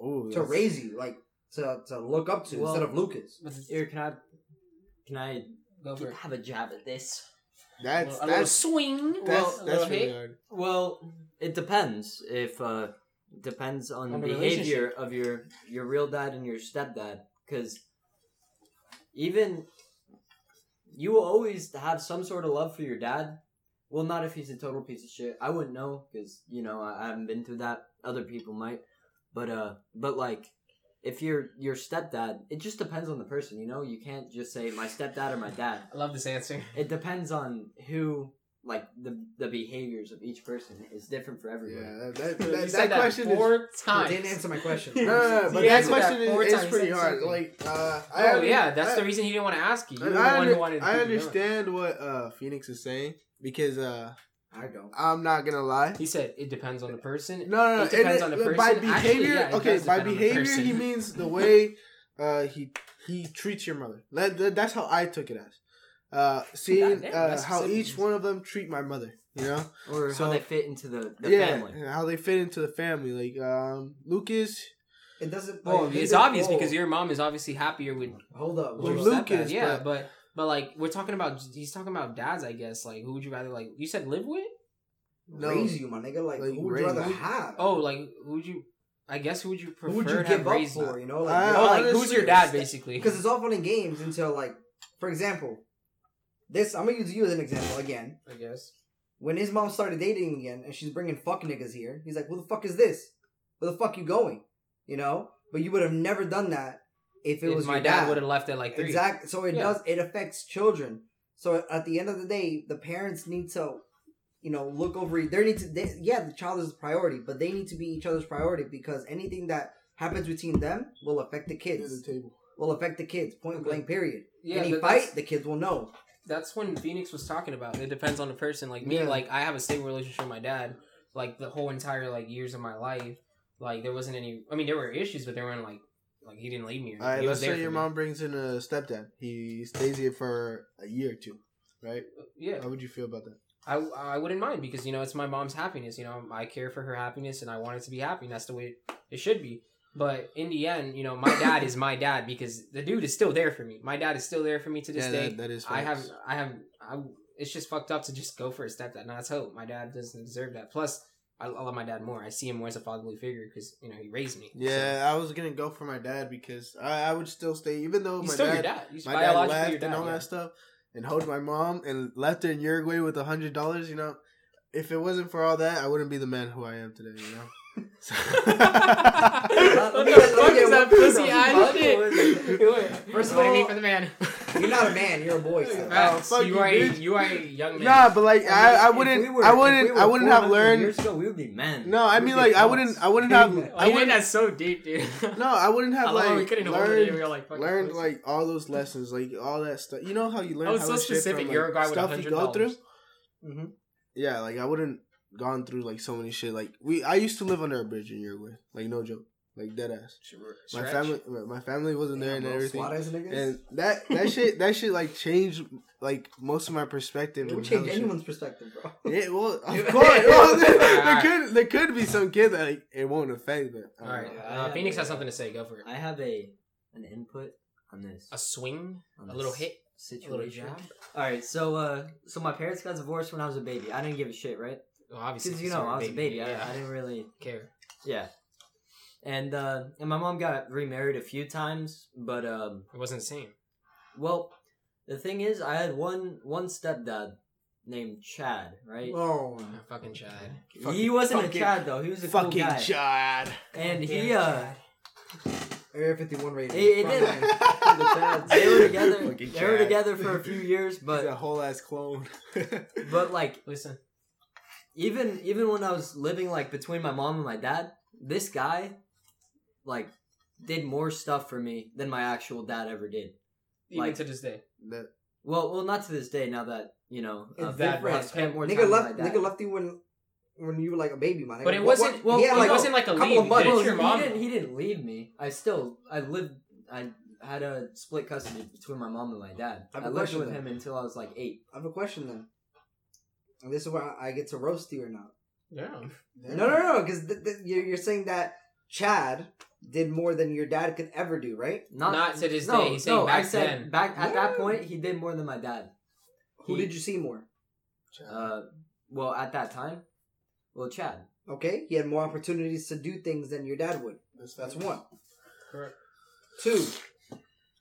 S1: Oh,
S3: to raise you, like to, to look up to
S5: Well-
S3: instead of Lucas?
S2: But it's-
S5: Here, can I? Can I
S2: go for it.
S5: have a jab at this?
S2: A
S1: That's
S2: little, a little
S1: that's
S2: swing.
S1: that's
S5: well,
S1: that's,
S2: a little
S1: really
S2: hit.
S1: hard.
S5: Well, it depends. If uh, depends on,
S2: On
S5: the
S2: the
S5: behavior of your your real dad and your stepdad, because even you will always have some sort of love for your dad. Well, not if he's a total piece of shit. I wouldn't know because you know I, I haven't been through that. Other people might, but uh, but like if you're your stepdad, it just depends on the person. You know, you can't just say my stepdad or my dad
S2: I love this answer.
S5: it depends on who like the the behaviors of each person is different for everyone.
S1: Yeah, that that,
S2: You
S1: that,
S2: said
S1: that question is
S2: four
S3: You
S2: times.
S3: didn't answer my question.
S1: No, no, no,
S2: You
S1: but
S2: answered
S1: that
S2: that
S1: question
S2: four
S1: is,
S2: times.
S1: is pretty
S2: That's
S1: hard.
S2: something.
S1: Like, uh, I
S2: Oh
S1: under-
S2: yeah, that's
S1: I-
S2: the reason he didn't want to ask you. You were the
S1: I,
S2: one
S1: under-
S2: who wanted. to
S1: I
S2: keep it going.
S1: understand what uh, Phoenix is saying because uh,
S3: I don't.
S1: I'm not gonna lie.
S2: He said it depends on the person.
S1: No, no, no.
S2: It depends on the person.
S1: By
S2: Actually,
S1: behavior,
S2: yeah, it
S1: okay.
S2: does
S1: By
S2: depend on the
S1: behavior,
S2: person.
S1: he means the way uh, he he treats your mother. That, that- that's how I took it as. Uh, seeing
S2: Goddamn,
S1: uh,
S2: that's
S1: how
S2: specific.
S1: each one of them treat my mother, you know,
S5: Or
S1: So-
S5: how they fit into the, the
S1: yeah,
S5: family.
S1: and how they fit into the family. Like um, Lucas,
S3: It doesn't.
S2: Oh,
S3: like,
S2: it's
S3: neither-
S2: obvious
S3: oh,
S2: because your mom is obviously happier with
S3: Hold up.
S1: Well,
S3: your
S1: Lucas,
S3: stepdad-
S2: yeah,
S1: but-
S2: but, but like we're talking about he's talking about dads, I guess. Like who would you rather like you said live with?
S1: No.
S3: raise you, my nigga. Like,
S1: Like,
S3: who would
S1: raise
S3: you rather
S1: you.
S3: have?
S2: Oh, like who would you I guess who would you
S3: who
S2: prefer
S3: would you
S2: to have
S3: give up
S2: raised?
S3: for? You know,
S1: I-
S3: like,
S2: Oh, like who's
S1: Honestly,
S2: your dad basically?
S3: because it's all fun and games until like, for example, this. I'm gonna use you as an example again.
S2: I guess.
S3: When his mom started dating again, and she's bringing fuck niggas here, he's like, "Who the fuck is this? Where the fuck you going?" You know, but you would have never done that if it
S2: If
S3: was
S2: my
S3: your
S2: dad,
S3: dad.
S2: would have left at like three.
S3: Exactly. So it
S2: Yeah.
S3: does. It affects children. So at the end of the day, the parents need to, you know, look over. They need to. They, yeah, the child is a priority, but they need to be each other's priority because anything that happens between them will affect the
S1: Under
S3: kids.
S1: the table.
S3: Will affect the kids. Point blank. Period.
S2: Yeah,
S3: Any
S2: but
S3: fight,
S2: that's,
S3: the kids will know.
S2: that's when Phoenix was talking about. It depends on the person. Like me,
S1: Yeah.
S2: like I have a stable relationship with my dad, like the whole entire like years of my life. Like there wasn't any I mean there were issues, but there weren't like like he didn't leave me. or
S1: All right,
S2: anything. He
S1: let's
S2: was there
S1: say
S2: for
S1: your
S2: me.
S1: mom brings in a stepdad. He stays here for a year or two, right?
S2: Yeah.
S1: How would you feel about that?
S2: I, I wouldn't mind because you know it's my mom's happiness. You know I care for her happiness and I want it to be happy. And that's the way it should be. But in the end, you know my dad is my dad because the dude is still there for me. My dad is still there for me to this
S1: yeah,
S2: day.
S1: that, that is.
S2: I have
S1: facts.
S2: I have I. It's just fucked up to just go for a stepdad. And that's hope. My dad doesn't deserve that. Plus, I, I love my dad more. I see him more as a fatherly figure because you know he raised me. So,
S1: Yeah, I was gonna go for my dad because I, I would still stay, even though
S2: he's
S1: my
S2: still
S1: dad,
S2: your dad. He's
S1: my dad
S2: biologically
S1: left
S2: your dad.
S1: and all
S2: yeah.
S1: that stuff, and hold my mom and left her in Uruguay with a hundred dollars. You know, if it wasn't for all that, I wouldn't be the man who I am today. You know. So-
S2: what the
S3: Let me
S2: fuck
S3: get
S2: is that
S3: one-
S2: pussy ass
S3: Fuck
S2: shit?
S3: First of
S2: What do you
S3: all,
S2: need for the man.
S3: You're not a man. You're a boy. son.
S1: Oh,
S2: Facts.
S1: fuck
S2: you,
S1: you,
S2: are a,
S1: bitch.
S2: you are a young man.
S1: nah, but like I, I wouldn't, I wouldn't, I wouldn't have learned.
S5: Years ago, we would be men.
S1: No, I mean like I wouldn't, I wouldn't have,
S2: I
S1: I
S2: went
S1: wouldn't,
S2: that's so deep, dude.
S1: no, I wouldn't
S2: I
S1: have
S2: love how we
S1: like
S2: couldn't hold it. in.
S1: learned,
S2: We were like, fucking
S1: learned
S2: pussy.
S1: like all those lessons, like all that stuff. You know how you learn.
S2: I was
S1: how
S2: so
S1: much shit
S2: specific.
S1: From, like,
S2: Oh, You're a guy with a
S1: stuff you
S2: hundred
S1: go through.
S2: dollars. Mm-hmm.
S3: Mhm.
S1: Yeah, like I wouldn't gone through like so many shit. Like we, I used to live under a bridge in Uruguay. Like no joke, like dead ass. My
S2: Stretch.
S1: family, my family wasn't there and
S3: Damn, bro,
S1: everything.
S3: SWAT ass niggas.
S1: And that that shit, that shit like changed like most of my perspective.
S3: it would
S1: and
S3: change
S1: hella shit.
S3: anyone's perspective, bro.
S1: Yeah, well, of course. Well, there, there could there could be some kid that like, it won't affect, but um, I
S2: All
S1: don't
S2: right,
S1: know.
S2: uh, Phoenix has something to say. Go for it.
S5: I have a an input on this.
S2: A swing,
S5: on
S2: a
S5: this.
S2: little hit. Little
S5: situation.
S2: jab.
S5: All right, so uh, so my parents got divorced when I was a baby. I didn't give a shit, right?
S2: Well, obviously,
S5: Because you know
S2: you're
S5: I was a baby.
S2: Yeah.
S5: I, I didn't really
S2: care.
S5: yeah. And uh, and my mom got remarried a few times, but um,
S2: It wasn't the same.
S5: Well, the thing is, I had one one stepdad named Chad, right?
S3: Oh,
S2: Oh, fucking Chad.
S5: he wasn't
S1: fucking-
S5: a Chad though. He was a cool
S1: Fucking
S5: guy,
S1: Chad.
S5: and he
S2: Goddamn
S5: uh,
S3: Area 51 rating.
S5: Hey, it
S3: Fuck.
S5: is. they were together.
S1: Fucking
S5: They were
S1: Chad.
S5: together for a few years,
S1: He's a
S5: but
S1: whole ass clone.
S5: but like
S2: Listen,
S5: even even when I was living like between my mom and my dad, this guy, like, did more stuff for me than my actual dad ever did.
S2: even
S5: Like-
S2: to this day.
S1: That-
S5: Well, well, not to this day. Now that you know, uh,
S3: It's
S5: I've
S3: different.
S5: spent more time
S3: Nigga
S5: with my
S3: left,
S5: dad.
S3: nigga left you when, when you were like a baby, man.
S2: But it wasn't. Well,
S3: yeah,
S2: it
S3: like, oh,
S2: wasn't like a
S3: couple
S2: leave.
S3: of months.
S2: Did it
S5: Well,
S2: to your
S5: he,
S2: mom?
S5: didn't. He didn't leave me. I still. I lived. I had a split custody between my mom and my dad.
S3: I
S5: I,
S3: have a
S5: lived
S3: question
S5: with
S3: then.
S5: him until I was like eight.
S3: I have a question then. And this is where I I get to roast you or not.
S2: yeah.
S3: No, no, no, because th- th- you're, you're saying that Chad did more than your dad could ever do, right?
S5: Not,
S2: Not to this day, he's saying
S5: no, I
S2: back
S5: said
S2: then.
S5: back at
S3: Yeah.
S5: that point he did more than my dad.
S3: Who
S5: He-
S3: did you see more?
S5: Uh, well, at that time, well, Chad.
S3: Okay, he had more opportunities to do things than your dad would. That's one.
S2: Correct.
S3: Two.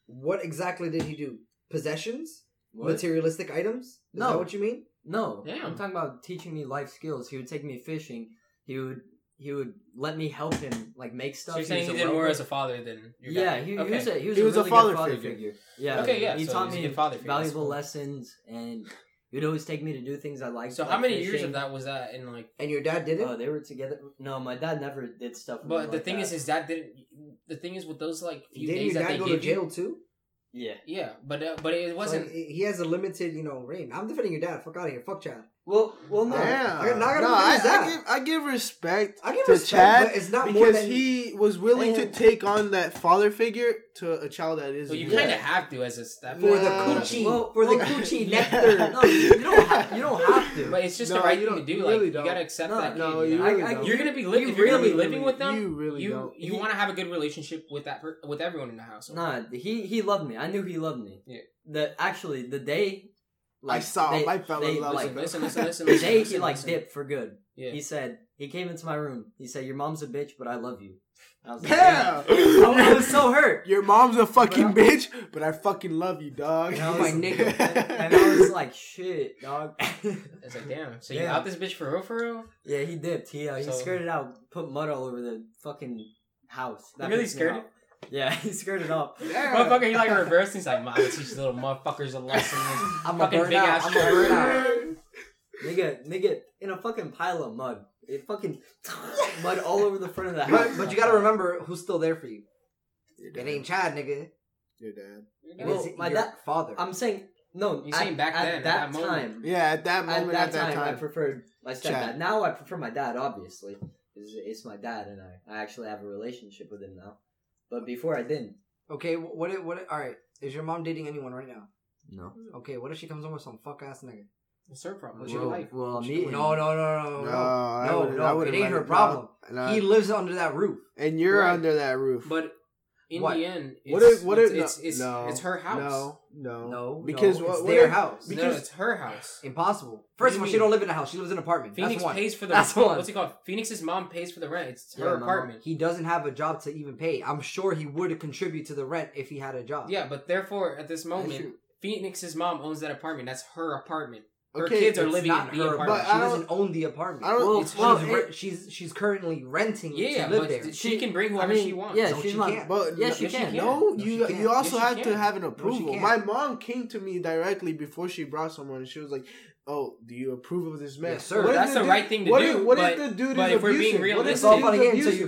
S3: What exactly did he do? Possessions,
S5: What?
S3: materialistic items. Is
S5: No.
S3: that what you mean?
S5: No,
S2: Damn.
S5: I'm talking about teaching me life skills. He would take me fishing. He would he would let me help him like make stuff.
S2: So you're saying
S5: was
S2: he
S5: a
S2: did more
S5: welder.
S2: as a father than your
S5: yeah,
S2: dad.
S5: he,
S2: okay.
S5: he was a he was,
S1: He
S5: a,
S1: was a
S5: really
S1: father
S5: good father figure.
S1: figure.
S5: Yeah.
S2: Okay, yeah,
S5: He
S2: so
S5: taught
S2: he's a
S5: me
S2: good father figure, that's
S5: valuable
S2: cool.
S5: lessons, and he'd always take me to do things I liked.
S2: so
S5: like
S2: how many years
S5: fishing.
S2: of that was that in like?
S3: And your dad did it.
S5: Oh, they were together. No, my dad never did stuff. with me
S2: But the
S5: like
S2: thing
S5: that.
S2: is, his dad didn't. The thing is, with those like few
S3: Didn't
S2: days
S3: your
S2: that
S3: dad
S2: they
S3: go to
S2: gave
S3: jail
S2: you,
S3: too?
S5: yeah.
S2: yeah, but uh, but it wasn't.
S3: Like, he has a limited, you know, reign. I'm defending your dad. Fuck out of here. Fuck Chad.
S5: Well, well, no.
S1: Yeah.
S3: I- now I gotta
S1: no,
S3: finish
S1: I,
S3: that.
S1: I give I give respect
S3: I give
S1: to
S3: respect,
S1: Chad
S3: but it's not more
S1: because
S3: than
S1: he was willing to
S3: And-
S1: take on that father figure to a child that is.
S2: well, you
S1: his.
S2: kind of have to as a step
S3: for the
S1: Nah.
S3: coochie,
S5: Well,
S3: for the
S5: well,
S3: coochie
S1: yeah.
S3: nectar.
S5: No, you don't have. You don't have to.
S2: But it's just
S1: No,
S2: the right
S1: you
S2: thing to
S1: don't-
S2: do.
S1: you
S2: like
S1: really
S2: you
S1: don't.
S2: gotta accept
S5: No,
S2: that.
S1: no,
S2: kid,
S1: you
S2: you know?
S1: really
S5: I- I-
S1: don't.
S2: You're gonna be living.
S5: You
S2: If you're gonna be
S5: really
S2: living
S5: don't.
S2: with them,
S1: you really
S2: you
S1: don't.
S2: you want to have a good relationship with that per- with everyone in the house.
S5: Nah, he he loved me. I knew he loved me.
S2: Yeah.
S5: The actually the day,
S1: I saw
S5: they-
S1: him. I fell
S5: they,
S1: in love
S5: like,
S1: with him.
S2: listen, listen, listen,
S5: The day he
S2: listen,
S5: like
S2: listen.
S5: dipped for good.
S2: Yeah.
S5: He said he came into my room. He said, "Your mom's a bitch, but I love you." I was like, "Damn."
S1: Yeah.
S5: I was so hurt.
S1: Your mom's a fucking bitch, but I fucking love you, dog.
S5: And I was,
S3: My nigga.
S5: and I was like, "Shit, dog."
S2: It's like damn. So you
S5: Yeah.
S2: out this bitch for real, for real?
S5: yeah, he dipped. He uh, he
S2: So-
S5: skirted out, put mud all over the fucking house.
S2: He really
S5: pissed me
S2: skirted?
S5: off. Yeah, he skirted off.
S1: Yeah.
S2: Motherfucker, he like reversed. He's like, "Ma, I'll teach little motherfuckers a lesson."
S3: I'm a
S2: fucking
S3: burn
S2: big
S3: out.
S2: ass
S3: I'm a
S2: Chad.
S3: burn out.
S5: Nigga, nigga, in a fucking pile of mud. It fucking mud all over the front of the house.
S3: But, but you gotta remember who's still there for you. It ain't Chad, nigga.
S1: Your dad.
S3: It
S5: Well,
S3: is
S5: my
S3: your
S5: dad-
S3: father.
S5: I'm saying no.
S2: You're
S5: at-
S2: saying back
S5: at
S2: then, at that
S5: that,
S2: moment.
S5: time,
S1: Yeah, at that
S5: at
S1: moment,
S5: that, time, I
S1: time.
S5: preferred my stepdad.
S1: Chad.
S5: Now I prefer my dad, obviously, 'cause it's my dad, and I, I actually have a relationship with him now. But before I didn't.
S3: okay, wh- what? If, what? If, all right. Is your mom dating anyone right now?
S6: No.
S3: Okay, what if she comes home with some fuck ass nigga?
S2: It's her problem. It's your
S5: Well,
S2: life.
S5: well,
S3: No,
S5: me.
S3: no, no, no, no.
S1: no,
S3: no.
S1: I
S3: no,
S1: wouldn't-
S3: no,
S1: I
S3: it
S1: wouldn't
S3: ain't
S1: let
S3: her
S1: no.
S3: problem.
S1: And, I-
S3: He lives under that roof.
S1: and you're
S2: Right.
S1: under that roof.
S2: But in
S3: What?
S2: the end, it's,
S1: what if? What if?
S2: it's, it's,
S1: no,
S2: it's her house.
S1: No, no,
S3: No,
S1: Because
S3: no,
S1: what-
S3: it's
S1: what
S3: their
S1: if-
S3: house.
S2: No,
S1: because-
S2: it's her house.
S3: Impossible.
S2: What do
S3: First
S2: you
S3: of all, she
S2: mean?
S3: don't live in a house. She lives in an apartment.
S2: Phoenix
S3: That's one.
S2: pays for the
S5: That's one.
S2: what's it called? Phoenix's mom pays for the rent. It's
S5: Yeah,
S2: her
S5: my mom.
S2: apartment.
S3: He doesn't have a job to even pay. I'm sure he would contribute to the rent if he had a job.
S2: Yeah, but therefore at this
S3: That's
S2: moment,
S3: true.
S2: Phoenix's mom owns that apartment. That's her apartment. Her
S1: Okay,
S2: kids are
S3: It's
S2: living in the
S3: not her
S2: apartment.
S1: But
S3: apartment. She
S1: I don't-
S3: doesn't own the apartment.
S1: I don't-
S5: Well,
S2: it's
S5: well,
S3: she's,
S2: her-
S5: it-
S3: re- she's she's currently renting
S2: yeah,
S3: to live
S2: but
S3: there.
S2: she, can bring
S5: I
S2: whoever
S5: mean,
S2: she wants.
S5: yeah,
S3: No,
S5: she's
S3: she
S5: my.
S3: can't.
S1: But
S5: Yes,
S1: no,
S5: you
S2: she
S5: can.
S2: can.
S1: no,
S3: No, she
S1: you
S3: can't.
S1: you also
S2: Yes, she
S1: have to
S2: can.
S1: have an
S3: she
S1: approval.
S3: can't.
S1: My mom came to me directly before she brought someone, and she was like, "Oh, do you approve of this man?"
S3: Yes, sir.
S1: if
S2: That's the
S1: dude-
S2: right thing to
S1: what
S2: do,
S1: If, what
S2: but-
S1: if the dude
S2: but
S1: is
S2: if we're being
S1: abusive? What if
S2: realistic-
S3: It's
S1: the
S3: all
S1: dude's
S3: fun again until
S1: abusive?
S3: you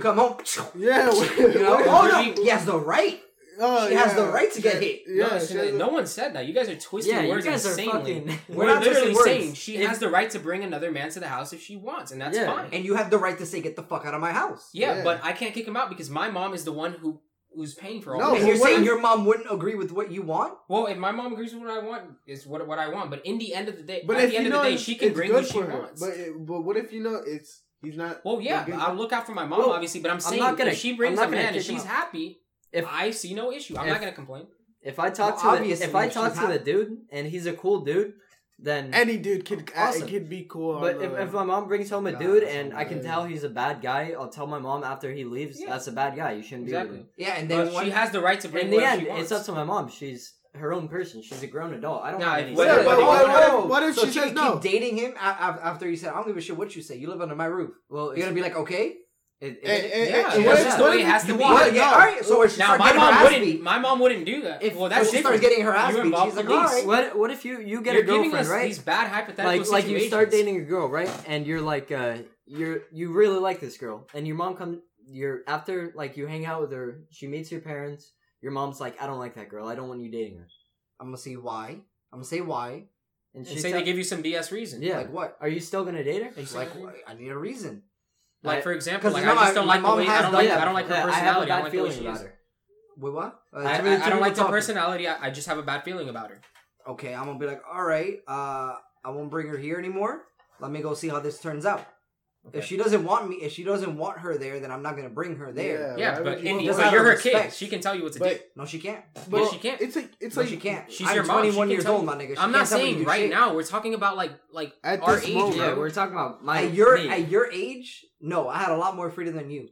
S3: come home.
S1: Yeah.
S3: You know?
S1: what-
S3: oh no,
S2: She-
S3: he has the right.
S1: Oh,
S3: She has the
S1: yeah.
S3: right to get hit.
S2: No,
S1: Yeah, she
S2: she-
S1: has the-
S2: no one said that. You guys are twisting
S5: Yeah, you
S2: words
S5: guys are
S2: insanely.
S5: fucking.
S2: We're,
S3: We're not
S2: literally
S3: twisting words.
S2: saying she
S5: If-
S2: has the right to bring another man to the house if she wants, and that's
S5: Yeah.
S2: fine.
S3: And you have the right to say, "Get the fuck out of my house."
S2: yeah,
S1: Yeah.
S2: but I can't kick him out because my mom is the one who who's paying for all
S1: No,
S2: this.
S3: and you're
S1: but what
S3: saying
S1: if-
S3: your mom wouldn't agree with what you want?
S2: Well, if my mom agrees with what I want, is what what I want. But in the end of the day,
S1: But
S2: at
S1: if
S2: the
S1: you
S2: end of
S1: know
S2: the day,
S1: it's-
S2: she can
S1: it's
S2: bring
S1: good
S2: what she
S1: for her.
S2: wants.
S1: But it- but what if you know it's he's not?
S2: well, yeah,
S1: Good-
S2: I'll look out for my mom,
S5: Well,
S2: obviously. But I'm saying
S5: not gonna-
S2: if she
S5: I'm
S2: brings
S5: not
S2: a
S5: gonna
S2: man and
S5: kick him
S2: she's
S5: out.
S2: happy,
S5: If-
S2: I see no issue. I'm
S5: if-
S2: not going to complain.
S5: If I talk
S3: Well,
S5: to the,
S3: obviously,
S5: if I
S3: she's
S5: talk to
S3: happy.
S5: the dude and he's a cool dude, then
S1: Any dude could
S5: Mm. Awesome.
S1: uh, could be cool. on
S5: But if,
S1: the-
S5: if my mom brings home a
S1: Nah,
S5: dude
S1: that's
S5: and
S1: not
S5: I can
S1: good.
S5: tell he's a bad guy, I'll tell my mom after he leaves
S2: Yeah.
S5: that's a bad guy. You shouldn't
S2: Exactly.
S5: be with
S3: Yeah, and then
S2: But she
S3: one,
S2: has the right to
S5: him.
S2: bring
S5: In the
S2: whatever
S5: end,
S2: she wants.
S5: it's up to my mom. She's her own person. She's a grown adult. I don't
S2: Nah,
S5: have
S2: if-
S5: any.
S1: Yeah,
S2: Whether-
S1: but
S2: whether-
S1: what, if-
S3: whether-
S1: what if
S3: so
S1: she
S3: she
S1: says no?
S3: keep dating him a- a- after he said, "I don't give a shit what you say. You live under my roof."
S5: well,
S3: You're gonna be like, "Okay,
S5: it, it,
S1: Eh, eh, eh,
S2: Yeah,
S1: what
S5: that's
S1: if-
S5: just
S2: the
S1: what
S2: way
S1: if
S2: it has to
S1: you
S2: be.
S1: want-
S2: Well,
S1: no.
S3: yeah, all right." So when she
S2: Now
S3: starts
S2: my
S3: getting
S2: mom
S3: her ass
S2: wouldn't.
S3: beat,
S2: My mom wouldn't do that.
S5: If-
S2: well,
S3: when
S2: that's
S3: she
S2: different.
S3: starts getting her ass
S2: You're
S3: beat,
S2: involved
S3: she's like,
S2: police.
S3: "All right."
S5: what what if you you get
S2: You're
S5: a
S2: giving
S5: girlfriend
S2: us
S5: right?
S2: these bad hypothetical
S5: Like like you
S2: situations.
S5: start dating a girl right, and you're like uh you're you really like this girl, and your mom come you're after like you hang out with her, she meets your parents. Your mom's like, I don't like that girl. I don't want you dating her.
S3: I'm gonna say why. I'm gonna say why.
S5: And
S2: and
S5: she
S2: say
S5: tell-
S2: they give you some BS reason.
S5: yeah.
S3: Like what?
S5: Are you still gonna date her?
S2: Like,
S3: Like I need a reason.
S2: like
S5: I-
S2: for example,
S3: 'cause
S2: like
S3: you know
S2: I just
S3: my-
S2: don't
S3: my
S5: "Oh,
S2: like the
S3: mom
S2: way I
S3: has
S2: don't
S3: done
S2: like
S3: that
S2: I don't like her personality. I,
S5: I have a bad
S2: don't like the way
S5: feeling
S2: she
S5: about
S2: is.
S5: her.
S3: Wait, what? Uh,
S2: I,
S3: tell me-
S2: I- I
S3: tell me
S2: don't like
S3: what's
S2: the
S3: up.
S2: personality. I, I just have a bad feeling about her.
S3: Okay, I'm gonna be like, all right. Uh, I won't bring her here anymore. Let me go see how this turns out. If
S2: Okay.
S3: she doesn't want me, if she doesn't want her there, then I'm not gonna bring her there.
S2: yeah,
S1: why
S2: but
S1: would you
S2: in,
S1: want
S2: but
S3: That's
S1: that?
S3: out
S2: you're
S3: of
S2: her kid.
S3: respect.
S2: She can tell you what to do.
S1: But-
S3: No, she can't.
S1: but
S2: Yeah, she can't.
S1: It's like it's
S3: No,
S1: like
S3: she can't.
S2: She's
S3: I'm
S2: your mom. She
S3: 21
S2: can
S3: years
S2: tell
S3: old,
S2: you.
S3: my nigga.
S2: I'm
S3: She can't
S2: not
S3: tell me to
S2: saying
S3: do
S2: right
S3: shit.
S2: now. We're talking about like like
S1: At
S2: our
S1: this
S2: age.
S1: moment,
S5: Yeah,
S2: bro.
S5: we're talking about my
S3: At your
S5: me.
S3: at your age, no, I had a lot more freedom than you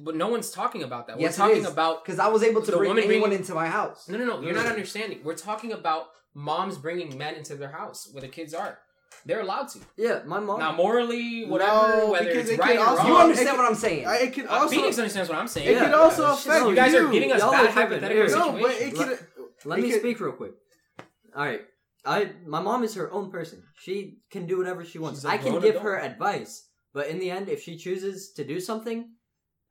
S2: But no one's talking about that.
S3: Yes, it
S2: we're talking
S3: is.
S2: about
S3: because I was able to
S2: The
S3: bring
S2: woman
S3: anyone
S2: bringing-
S3: into my house.
S2: no, no, no. You're
S3: No.
S2: not understanding. We're talking about moms bringing men into their house where the kids are. They're allowed to
S5: yeah, my mom.
S2: now morally, whatever,
S1: No,
S2: whether
S1: because
S2: it's
S1: it can
S2: right or
S1: also-
S2: wrong.
S3: You
S1: Um,
S3: understand
S1: it-
S3: what I'm saying?
S1: I- it can
S2: Uh,
S1: also
S2: Phoenix understands what I'm saying.
S1: it
S5: Yeah.
S1: can also
S5: Yeah.
S1: affect
S5: No,
S2: you guys
S1: you.
S2: are getting us
S5: Y'all
S2: bad
S5: are tripping.
S2: hypothetical
S5: No,
S1: no, but
S2: situations.
S1: it can.
S5: Let me
S1: Because-
S5: speak real quick. All right, I my mom is her own person. She can do whatever she wants.
S2: She's a
S5: I can
S2: grown
S5: give
S2: adult.
S5: her advice, but in the end, if she chooses to do something,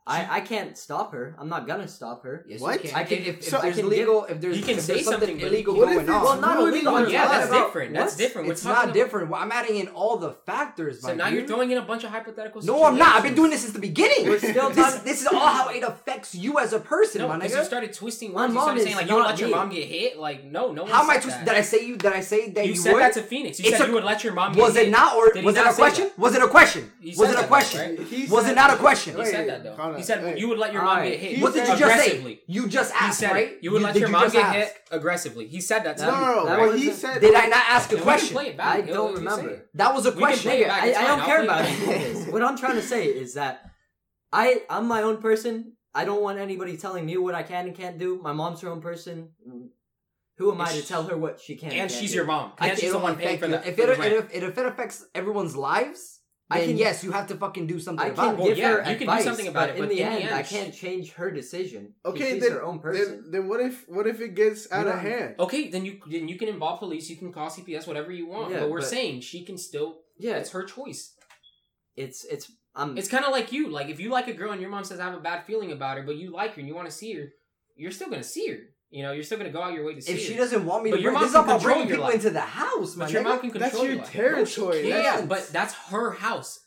S5: I I can't stop her. I'm not gonna stop her.
S3: Yes,
S1: What?
S3: You can.
S5: I can-
S3: if, if,
S5: so I
S3: there's
S5: can
S3: legal, if there's
S2: You can
S3: if
S2: say
S3: there's
S2: something,
S3: something
S2: but
S3: illegal
S1: you- What if
S3: going
S1: it's-
S3: on,
S5: Well, not
S1: Ruining
S5: illegal.
S1: her
S2: yeah,
S1: What
S2: that's
S1: about-
S2: different. That's
S5: what?
S2: different. We're
S3: it's
S2: talking
S3: not
S2: about-
S3: different. Well, I'm adding in all the factors.
S2: So
S3: my
S2: now you're
S3: dude.
S2: throwing in a bunch of hypothetical.
S3: No, I'm not. I've been
S2: situations.
S3: doing this since the beginning.
S5: We're still
S3: this,
S5: talking-
S3: this is all how it affects you as a person,
S2: No,
S3: my
S2: because you
S3: nigga.
S2: started twisting
S5: My
S2: words. You
S5: mom
S2: started saying
S5: is
S2: like you would
S5: not
S2: let your
S5: me.
S2: mom get hit. Like no, no. One
S3: How am I?
S2: said
S3: twisting?
S2: that.
S3: Did I say you? Did I say that
S2: You,
S3: you,
S2: said
S3: would?
S2: that to Phoenix. You
S3: It's
S2: said
S3: a-
S2: you would let your mom.
S3: Was
S2: get
S3: it
S2: hit.
S3: not or
S2: Did he
S3: was it
S2: not
S3: a
S2: say
S3: question?
S2: that?
S3: Was it a question?
S2: You
S3: Was
S2: said
S3: it a
S2: that,
S3: question?
S2: right?
S1: He
S3: Was
S1: said-
S3: it not a question?
S2: He said that though.
S1: Connor,
S2: he said
S1: hey.
S2: you would let your mom
S5: Alright.
S2: get hit.
S1: He
S3: What did you just say?
S2: aggressively.
S3: You just
S2: He
S3: asked,
S2: said
S3: right?
S2: you would let
S3: did
S2: your mom
S3: just
S2: get
S3: ask?
S2: hit aggressively. He said that. To
S1: No,
S5: That-
S2: me.
S1: no,
S5: that
S1: no, but
S5: was
S1: he
S5: a-
S1: said.
S3: Did I not ask
S2: And
S3: a
S2: we can play
S3: question?
S2: it back.
S5: I
S2: It'll-
S5: don't
S2: it'll say
S5: remember.
S2: it.
S3: That was a
S2: We can play it
S3: question.
S2: back.
S5: I,
S2: It's
S5: I
S2: fine.
S5: don't
S2: I'll
S5: care
S2: play it
S5: about
S2: back.
S5: it. what I'm trying to say is that I I'm my own person. I don't want anybody telling me what I can and can't do. My mom's her own person. Who am I to tell her what she can?
S2: And
S5: can't
S2: she's
S5: do?
S2: your mom.
S3: I
S2: And she's the
S3: don't
S2: one paying
S3: affect
S2: for
S3: you.
S2: the.
S3: If
S2: for
S3: it,
S2: the
S3: if,
S2: rent.
S3: it, if it affects everyone's lives,
S5: I
S3: then
S5: can-
S3: yes, you have to fucking do something
S5: I
S3: about
S5: can
S3: it.
S2: Well,
S5: give
S2: yeah,
S5: her
S2: you can do
S5: advice,
S2: something about
S5: but
S2: it,
S5: in
S2: but
S5: the
S2: in the
S5: end, I
S2: end,
S5: can't change her decision. 'cause
S1: Okay,
S5: she's
S1: then,
S5: her own
S1: then
S5: person.
S1: then what if what if it gets out
S5: You
S1: of
S5: don't-
S1: hand?
S2: Okay, then you then you can involve police. You can call CPS, whatever you want.
S5: Yeah,
S2: but we're
S5: but-
S2: saying she can still.
S5: yeah,
S2: It's her choice.
S5: it's it's um, I'm
S2: It's kind of like you. Like if you like a girl and your mom says I have a bad feeling about her, but you like her and you want to see her, you're still gonna see her. You know, you're still gonna go out your way to see
S3: If
S2: her.
S3: she doesn't want me
S2: But
S3: to
S2: your
S3: bring,
S2: mom
S3: this is all
S2: can
S3: about
S2: control
S3: bringing
S2: your
S3: people
S2: life.
S3: into the house, my
S2: but your
S3: nigga.
S2: mom can
S1: That's
S2: control
S1: your
S2: life.
S1: territory.
S2: Yeah,
S1: That's-
S2: yeah, but that's her house.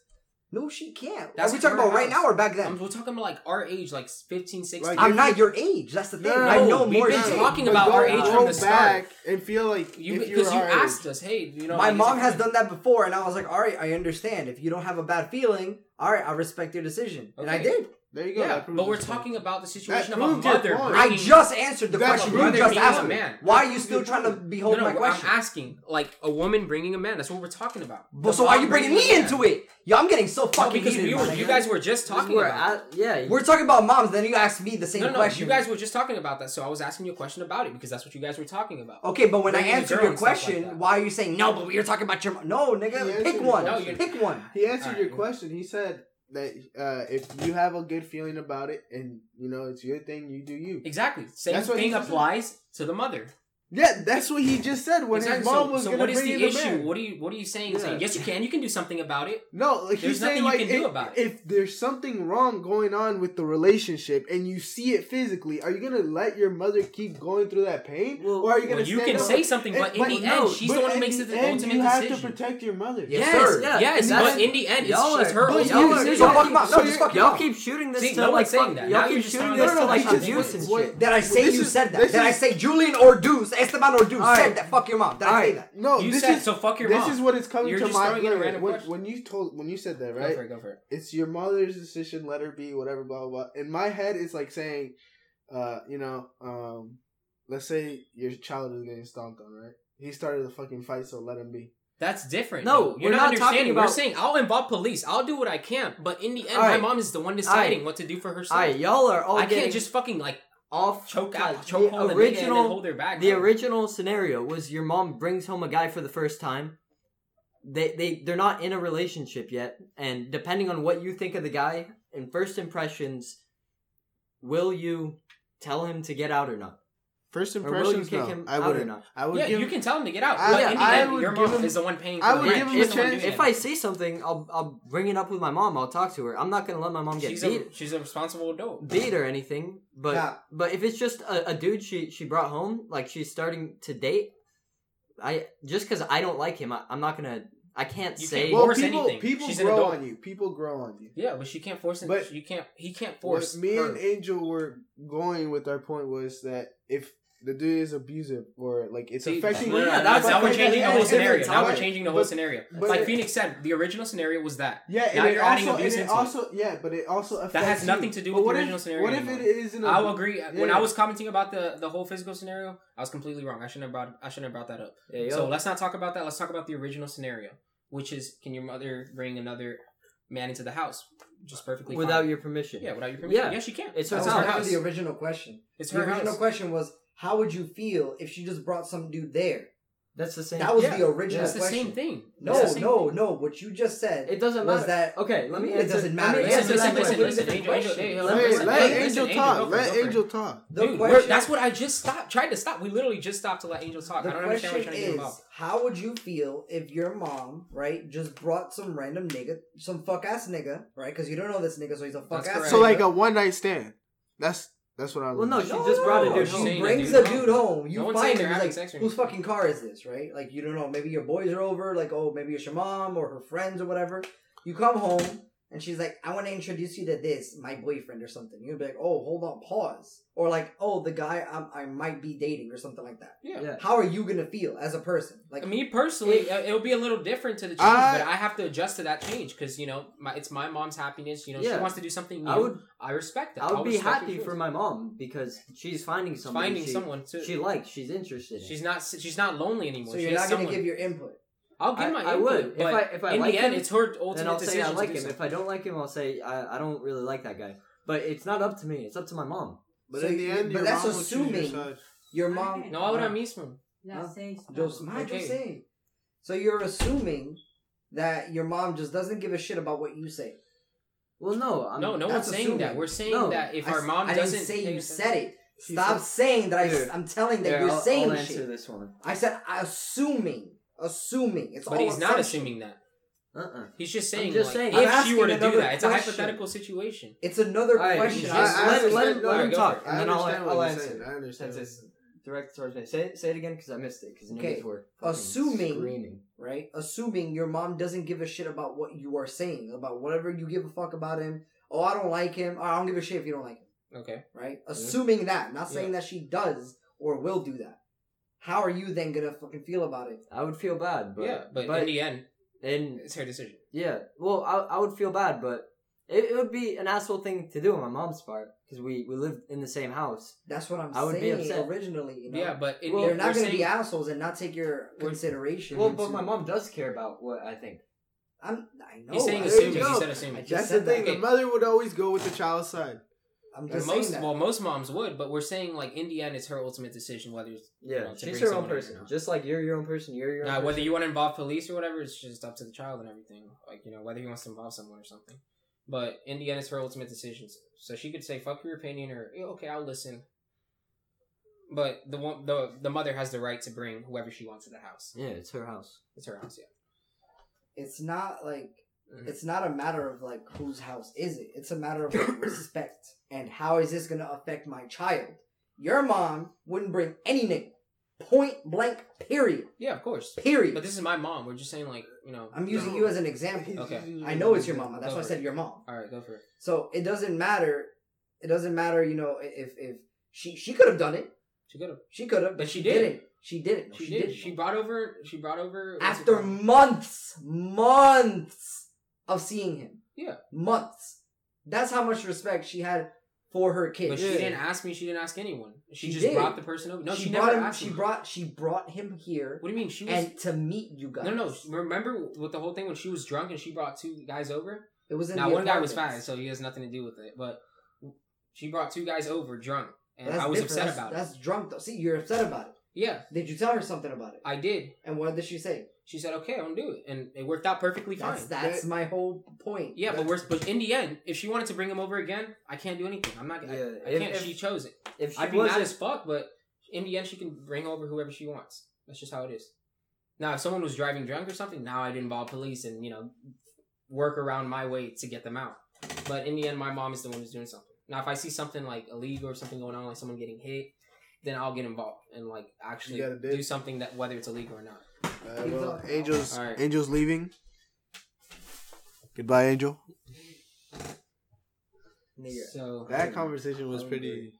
S3: No, she can't.
S2: That's
S3: That's we talking
S2: her
S3: about right
S2: house.
S3: now or back
S2: Um,
S3: then?
S2: we're talking about like our age, like 15, 16.
S1: Like,
S3: I'm not your age. That's the thing.
S1: No, no,
S3: I
S1: no,
S3: know
S2: we've
S3: more.
S2: been
S3: than you.
S2: talking
S1: But
S2: about our
S1: don't
S2: age
S1: go
S2: from the start.
S1: back and feel like if
S2: you
S1: you were
S2: because you
S1: our
S2: asked
S1: age.
S2: us, hey, you know,
S3: my
S2: like, is
S3: mom
S2: it-
S3: has done that before, and I was like, all right, I understand. If you don't have a bad feeling, all right, I respect your decision. And I
S2: Okay.
S3: did.
S1: There you go.
S2: Yeah,
S1: that proves
S2: but we're
S1: his point.
S2: talking about the situation of a
S1: proves your
S2: mother.
S1: point.
S3: I
S2: bringing-
S3: just answered the
S1: That
S3: question you
S1: brother
S3: just
S2: being a
S3: asked me.
S2: man.
S3: Why are you still trying to behold
S2: no, no,
S3: my question?
S2: I'm asking like a woman bringing a man. That's what we're talking about.
S3: But so why are you bringing me into it? Yo, I'm getting so
S2: No,
S3: fucking
S2: because
S3: heated,
S2: we
S3: my
S2: were, you
S3: nigga.
S2: guys were just
S5: This is
S2: talking
S5: where
S2: about.
S5: I- yeah. you-
S3: We're talking about moms, then you asked me the same
S2: No, no,
S3: question.
S2: you guys were just talking about that, so I was asking you a question about it because that's what you guys were talking about.
S3: Okay, but when I
S2: Bringing the
S3: answered
S2: girl
S3: your
S2: and stuff like
S3: question,
S2: that.
S3: why are you saying no? But we were talking about your mom. No,
S1: He
S3: nigga, pick
S1: answered
S3: one.
S1: your
S2: question.
S3: pick one.
S1: He answered
S2: Alright.
S1: your question. He said that uh, if you have a good feeling about it and you know it's your thing, you do you.
S2: Exactly. Same
S1: That's what
S2: thing
S1: he just said.
S2: applies to the mother.
S1: Yeah, that's what he just said when
S2: Exactly.
S1: his mom
S2: so,
S1: was
S2: so
S1: gonna
S2: what is
S1: bring
S2: the
S1: the
S2: issue?
S1: man.
S2: What are you What are you saying?
S1: Yeah.
S2: Saying yes, you can. You can do something about it.
S1: No, like
S2: There's
S1: he's saying,
S2: nothing
S1: like
S2: you can do
S1: if,
S2: about it.
S1: if there's something wrong going on with the relationship and you see it physically, are you gonna let your mother keep going through that pain,
S5: Well,
S1: or are you gonna?
S2: Well, you
S1: stand
S2: can
S1: up?
S2: say something,
S1: And-
S2: but in
S1: but
S2: the
S5: no,
S2: end, she's the
S1: But
S2: one who
S1: in
S2: makes
S1: the
S2: the
S1: end,
S2: ultimate
S1: you have to
S2: decision.
S1: protect your mother.
S3: Yes,
S5: Yes,
S3: sir.
S5: yeah,
S2: Yes,
S5: that's-
S2: but in the end, it's,
S5: y'all
S2: it's
S5: are-
S2: her.
S1: but
S2: ultimate
S1: you-
S2: decision.
S1: so fuck
S3: mom. No,
S1: so
S3: just
S1: you're-
S3: fuck
S5: Y'all
S3: mom.
S5: keep shooting this
S2: See,
S5: to
S2: no
S5: like
S2: one's saying
S5: fuck-
S2: that. Now
S5: Y'all
S2: you're
S5: keep
S2: just
S5: shooting
S2: throwing
S5: this
S2: it
S5: to
S2: out.
S5: like
S1: No, no, he just-
S5: abuse and
S1: what-
S5: shit.
S1: what-
S3: Did I say
S1: This
S3: you
S1: is-
S3: said that?
S1: this
S3: Did I
S1: is-
S3: say Julian Orduz, Esteban Orduz
S5: All
S3: said
S5: right.
S3: that? Fuck your mom. Did
S5: All
S3: I say
S5: right.
S3: that?
S1: No,
S2: You
S1: this
S2: said
S1: is,
S2: so. Fuck your
S1: this
S2: mom.
S1: is what is coming
S2: You're
S1: to
S2: just
S1: my
S2: throwing in a random
S1: when,
S2: question.
S1: when you told when you said that
S2: Go
S1: right.
S2: for it. Go for it.
S1: it's your mother's decision. Let her be whatever. Blah blah. blah. In my head, it's like saying, uh, you know, um, let's say your child is getting stomped on, right? He started a fucking fight, so let him be.
S2: That's different.
S5: No,
S2: though.
S5: we're
S2: you're
S5: not
S2: not,
S5: talking
S2: understanding.
S5: about-
S2: We're saying I'll involve police. I'll do what I can, but in the end, my
S5: Alright.
S2: mom is the one deciding what to do for herself.
S5: All right, y'all are all
S2: I
S5: getting
S2: can't just fucking like
S5: off
S2: choke
S5: God,
S2: out, choke hold the
S5: the
S2: nigga and then
S5: original.
S2: hold their back.
S5: The
S2: bro.
S5: original scenario was your mom brings home a guy for the first time. They they they're not in a relationship yet, and depending on what you think of the guy in first impressions, will you tell him to get out or not,
S1: First
S5: or will you
S1: impressions,
S5: kick
S1: no,
S5: him
S1: I
S5: out or
S1: wouldn't.
S5: not?
S1: I would
S2: Yeah,
S1: give.
S2: you can tell him to get out.
S1: I-
S2: but in the
S1: I
S2: end,
S1: would
S2: your
S1: give
S2: mom
S1: him-
S2: is the one paying. For
S1: I
S2: the
S1: would
S2: rent.
S1: give him
S2: She's
S1: a
S2: the one doing
S1: chance.
S2: it.
S5: If I see something, I'll I'll bring it up with my mom. I'll talk to her. I'm not gonna let my mom get
S2: she's a
S5: beat
S2: she's a responsible adult.
S5: beat or anything, but
S3: Yeah.
S5: but if it's just a, a dude she she brought home, like she's starting to date, I just because I don't like him, I, I'm not gonna, I can't
S2: You
S5: say.
S2: can't-
S1: well,
S2: force
S1: people
S2: anything.
S1: people
S2: She's an
S1: grow
S2: adult.
S1: on you. People grow on you.
S2: Yeah, but she can't force him.
S1: But-
S2: you can't. He can't force
S1: What me
S2: her.
S1: and Angel were going with our point was that if the dude is abusive or like it's
S2: See,
S1: affecting,
S2: no, no, no,
S5: Yeah,
S2: that's
S5: that's
S2: now we're
S5: like-
S2: changing the
S5: it's
S2: whole
S5: different
S2: scenario. Now we're
S1: topic.
S2: changing the whole
S1: But-
S2: scenario.
S1: but
S2: like
S1: it-
S2: Phoenix said, the original scenario was that.
S1: Yeah,
S2: Now
S1: and it
S2: you're adding
S1: also,
S2: abuse
S1: and it
S2: into it.
S1: also, yeah, but it also affects
S2: has nothing
S1: you.
S2: to do
S1: But
S2: with the
S1: what if-
S2: original scenario
S1: What if it
S2: anymore.
S1: isn't? a-
S2: I'll agree. When
S1: Yeah.
S2: I was commenting about the the whole physical scenario, I was completely wrong. I shouldn't have brought I shouldn't have brought that up.
S5: Yeah, yo.
S2: So let's not talk about that. Let's talk about the original scenario, which is can your mother bring another man into the house? Just perfectly fine.
S5: without your permission.
S2: yeah, without your permission.
S5: Yeah.
S2: Yeah, she can. It's
S5: It's
S2: her
S5: her
S3: That's not
S2: house.
S3: the original question.
S2: It's
S3: the
S2: her
S3: original
S2: house.
S3: question was, how would you feel if she just brought some dude there?
S5: that's the same.
S3: That was
S2: Yeah.
S3: the original
S2: It's the
S3: question.
S2: same thing.
S3: No,
S2: It's the same
S3: no,
S2: thing.
S3: no. What you just said
S5: it doesn't
S3: was
S5: matter.
S3: that
S5: okay, let me.
S3: It
S5: answer- let
S3: doesn't matter.
S5: me
S2: Listen,
S5: answer
S2: listen,
S5: that
S2: listen,
S5: question.
S2: listen, Angel, Angel, hey, hold on,
S1: Hey,
S2: listen,
S1: let
S2: listen,
S1: Angel
S2: Angel, go
S1: talk.
S2: for it,
S1: Let
S2: go for it.
S1: Angel talk.
S3: the
S2: Dude, we're-
S3: question.
S2: that's what I just stopped. Tried to stop. We literally just stopped to let Angel talk.
S3: The
S2: I don't
S3: question
S2: understand what you're trying to
S3: is,
S2: do about.
S3: how would you feel if your mom, right, just brought some random nigga, some fuck ass nigga, right? Because you don't know this nigga, so he's a fuck
S2: That's
S3: ass.
S2: correct.
S1: So
S3: nigga.
S1: like a one night stand. That's that's what I.
S5: Well, no,
S1: was-
S5: she
S3: No,
S5: just brought a
S3: no,
S5: dude
S2: she's
S5: home.
S2: saying
S3: She
S2: that
S3: brings
S2: dude
S3: a
S2: home.
S3: dude home. You
S2: No one's saying
S3: find
S2: they're
S3: him.
S2: having
S3: He's
S2: sex or
S3: like, whose
S2: anything.
S3: fucking car is this, right? Like, you don't know. Maybe your boys are over. Like, oh, maybe it's your mom or her friends or whatever. You come home and she's like, I want to introduce you to this, my boyfriend or something. You'd be like, oh, hold on, pause. Or like, oh, the guy i I might be dating or something like that.
S2: Yeah.
S5: Yeah.
S3: How are you gonna feel as a person? Like,
S2: Me personally, it, it'll be a little different to the change,
S1: I-
S2: but I have to adjust to that change because you know my, it's my mom's happiness. You know,
S5: Yeah.
S2: she wants to do something new.
S5: I
S2: I,
S5: would,
S2: respect that.
S5: I
S2: I'll
S5: would be
S2: respect her
S5: happy
S2: choice.
S5: for my mom because she's finding someone.
S2: finding
S5: she,
S2: someone too.
S5: she likes. She's interested. in.
S2: she's not she's not lonely anymore.
S3: so
S2: she
S3: you're
S2: has
S3: not gonna
S2: someone.
S3: give your input.
S2: I'll give
S5: I-
S2: my
S5: I
S2: input,
S5: would. If
S2: but
S5: I- if I
S2: in
S5: like
S2: the end,
S5: him,
S2: it's her
S5: then
S2: ultimate
S5: I'll say
S2: decision.
S5: I like
S2: to
S5: him.
S2: do
S5: If I don't like him, I'll say I, I don't really like that guy. But it's not up to me. It's up to my mom.
S1: But
S3: So
S1: in the
S3: you-
S1: end,
S3: but
S1: your
S3: that's
S1: mom will choose your
S3: assuming-
S1: side.
S3: Your mom.
S2: no, ahora mismo.
S3: Huh?
S7: Las seis.
S3: Yo, my
S2: Okay.
S3: saying. So you're assuming that your mom just doesn't give a shit about what you say.
S5: Well, no, I'm,
S2: no, no one's
S3: that's
S2: saying that.
S3: assuming.
S2: We're saying
S5: No,
S2: that if
S3: I
S2: our
S3: s-
S2: mom
S3: I
S2: doesn't
S3: didn't say
S2: take
S3: you
S2: us-
S3: said it.
S5: She
S3: Stop
S5: said-
S3: saying that. I,
S5: Dude.
S3: am telling that
S5: Here,
S3: you're
S5: I'll,
S3: saying
S5: I'll
S3: shit.
S5: answer this one.
S3: I said assuming, assuming. It's
S2: but
S3: all
S2: he's not
S3: assumption.
S2: assuming that.
S5: Uh uh
S2: He's just saying,
S5: just
S2: like,
S5: saying.
S3: I'm
S2: if she were to
S3: asking
S2: do
S3: another
S2: that, it's a
S3: question.
S2: hypothetical situation.
S3: It's another
S5: Alright,
S3: question.
S2: you
S3: I-
S2: just-
S3: I-
S5: let, let,
S1: understand-
S5: him-
S1: no,
S5: let him
S2: go for
S5: talk,
S2: it.
S5: and
S1: I
S5: then I'll,
S1: understand
S5: I'll
S1: what you're
S5: answer.
S1: saying. I understand.
S5: Since it's direct towards me. Say, say it again, because I missed it. Because
S3: Okay.
S5: niggas were fucking
S3: Assuming-
S5: screaming.
S3: right? Assuming your mom doesn't give a shit about what you are saying, about whatever you give a fuck about him. Oh, I don't like him. Oh, I don't give a shit if you don't like him.
S2: Okay.
S3: right? Assuming that, not saying that she does or will do that. How are you then gonna fucking feel about it?
S5: I would feel bad, but
S2: yeah, but, in the end,
S5: and
S2: it's her decision.
S5: yeah, well, I I would feel bad, but it, it would be an asshole thing to do on my mom's part because we we lived in the same house.
S3: That's what I'm
S5: I would be
S3: saying
S5: upset.
S3: originally. You know?
S2: Yeah, but in the
S5: Well,
S3: they're
S2: end,
S3: not
S2: we're
S3: gonna
S2: saying,
S3: be assholes and not take your consideration.
S5: Well,
S3: into-
S5: but my mom does care about what I think.
S3: I'm, I know.
S2: he's saying
S3: I-
S1: there you
S2: assuming. He
S1: go.
S2: said
S3: I
S2: assuming.
S3: just
S1: That's the
S3: said
S1: thing.
S3: that.
S1: The mother would always go with the child's side.
S3: I'm
S2: But
S3: just
S2: most
S3: saying that.
S2: well, most moms would, but we're saying like in the end, it's her ultimate decision whether it's,
S5: Yeah,
S2: You know, to
S5: she's
S2: bring
S5: her
S2: someone
S5: own
S2: in or
S5: person.
S2: not.
S5: Just like you're your own person, you're your own
S2: uh,
S5: person.
S2: whether you want to involve police or whatever. It's just up to the child and everything. Like you know whether he wants to involve someone or something. But in the end, it's her ultimate decision. So she could say, "Fuck your opinion," or "Yeah, "Okay, I'll listen." But the one the the mother has the right to bring whoever she wants to the house.
S5: Yeah, it's her house.
S2: It's her house, yeah.
S3: It's not like
S2: Mhm.
S3: it's not a matter of like whose house is it. It's a matter of like, respect and how is this gonna affect my child. Your mom wouldn't bring any nigga. Point blank. Period.
S2: Yeah, of course.
S3: Period.
S2: But this is my mom. We're just saying like you know.
S3: I'm using you as an example.
S2: Okay.
S3: I know it's your mama. That's why I
S2: Alright.
S3: said your mom.
S2: All right, go for it.
S3: So it doesn't matter. It doesn't matter, you know, if if she she could have done it.
S2: She could have.
S3: She could have,
S2: But
S3: but
S2: she
S3: she
S2: did.
S3: didn't. She didn't. No,
S2: She, did.
S3: didn't.
S2: She brought over. She brought over what's it
S3: after
S2: called?
S3: months, months of seeing him.
S2: Yeah.
S3: Months. That's how much respect she had
S7: for her kid.
S2: But she
S1: Yeah.
S2: didn't ask me. She didn't ask anyone. She,
S7: She
S2: just
S7: did.
S2: brought the person over. No, she,
S7: she,
S2: never
S7: brought him.
S2: asked.
S7: She
S2: me.
S7: brought. She brought him here
S2: What do you mean? She was.
S7: and to meet you guys.
S2: no, no. Remember with the whole thing when she was drunk and she brought two guys over.
S7: It was in
S2: Now
S7: the
S2: one guy was fine,
S7: apartments.
S2: so he has nothing to do with it. But she brought two guys over drunk, and
S7: But that's
S2: I was
S7: different.
S2: upset
S7: That's-
S2: about it.
S7: That's drunk though. See, you're upset about it.
S2: Yeah,
S7: Did you tell her something about it?
S2: I did.
S7: and what did she say?
S2: She said, "Okay, I'm gonna do it," and it worked out perfectly fine.
S7: That's that's my whole point.
S2: Yeah, but we're but in the end, if she wanted to bring him over again, I can't do anything. I'm not. I-
S5: Yeah,
S2: I,
S5: if-
S2: can't.
S5: if-
S2: she chose it.
S5: If she
S2: I'd be mad
S5: wasn't,
S2: as fuck, but in the end, she can bring over whoever she wants. That's just how it is. Now, if someone was driving drunk or something, now I'd involve police and you know work around my way to get them out. But in the end, my mom is the one who's doing something. Now, if I see something like illegal or something going on, like someone getting hit, then I'll get involved and like actually
S1: You gotta
S2: do
S1: dig.
S2: something that whether it's illegal or not.
S1: Uh, well, Angel's
S2: All right.
S1: Angel's leaving. Goodbye, Angel.
S5: Nigga.
S2: So
S1: That conversation was
S2: I'm
S1: pretty.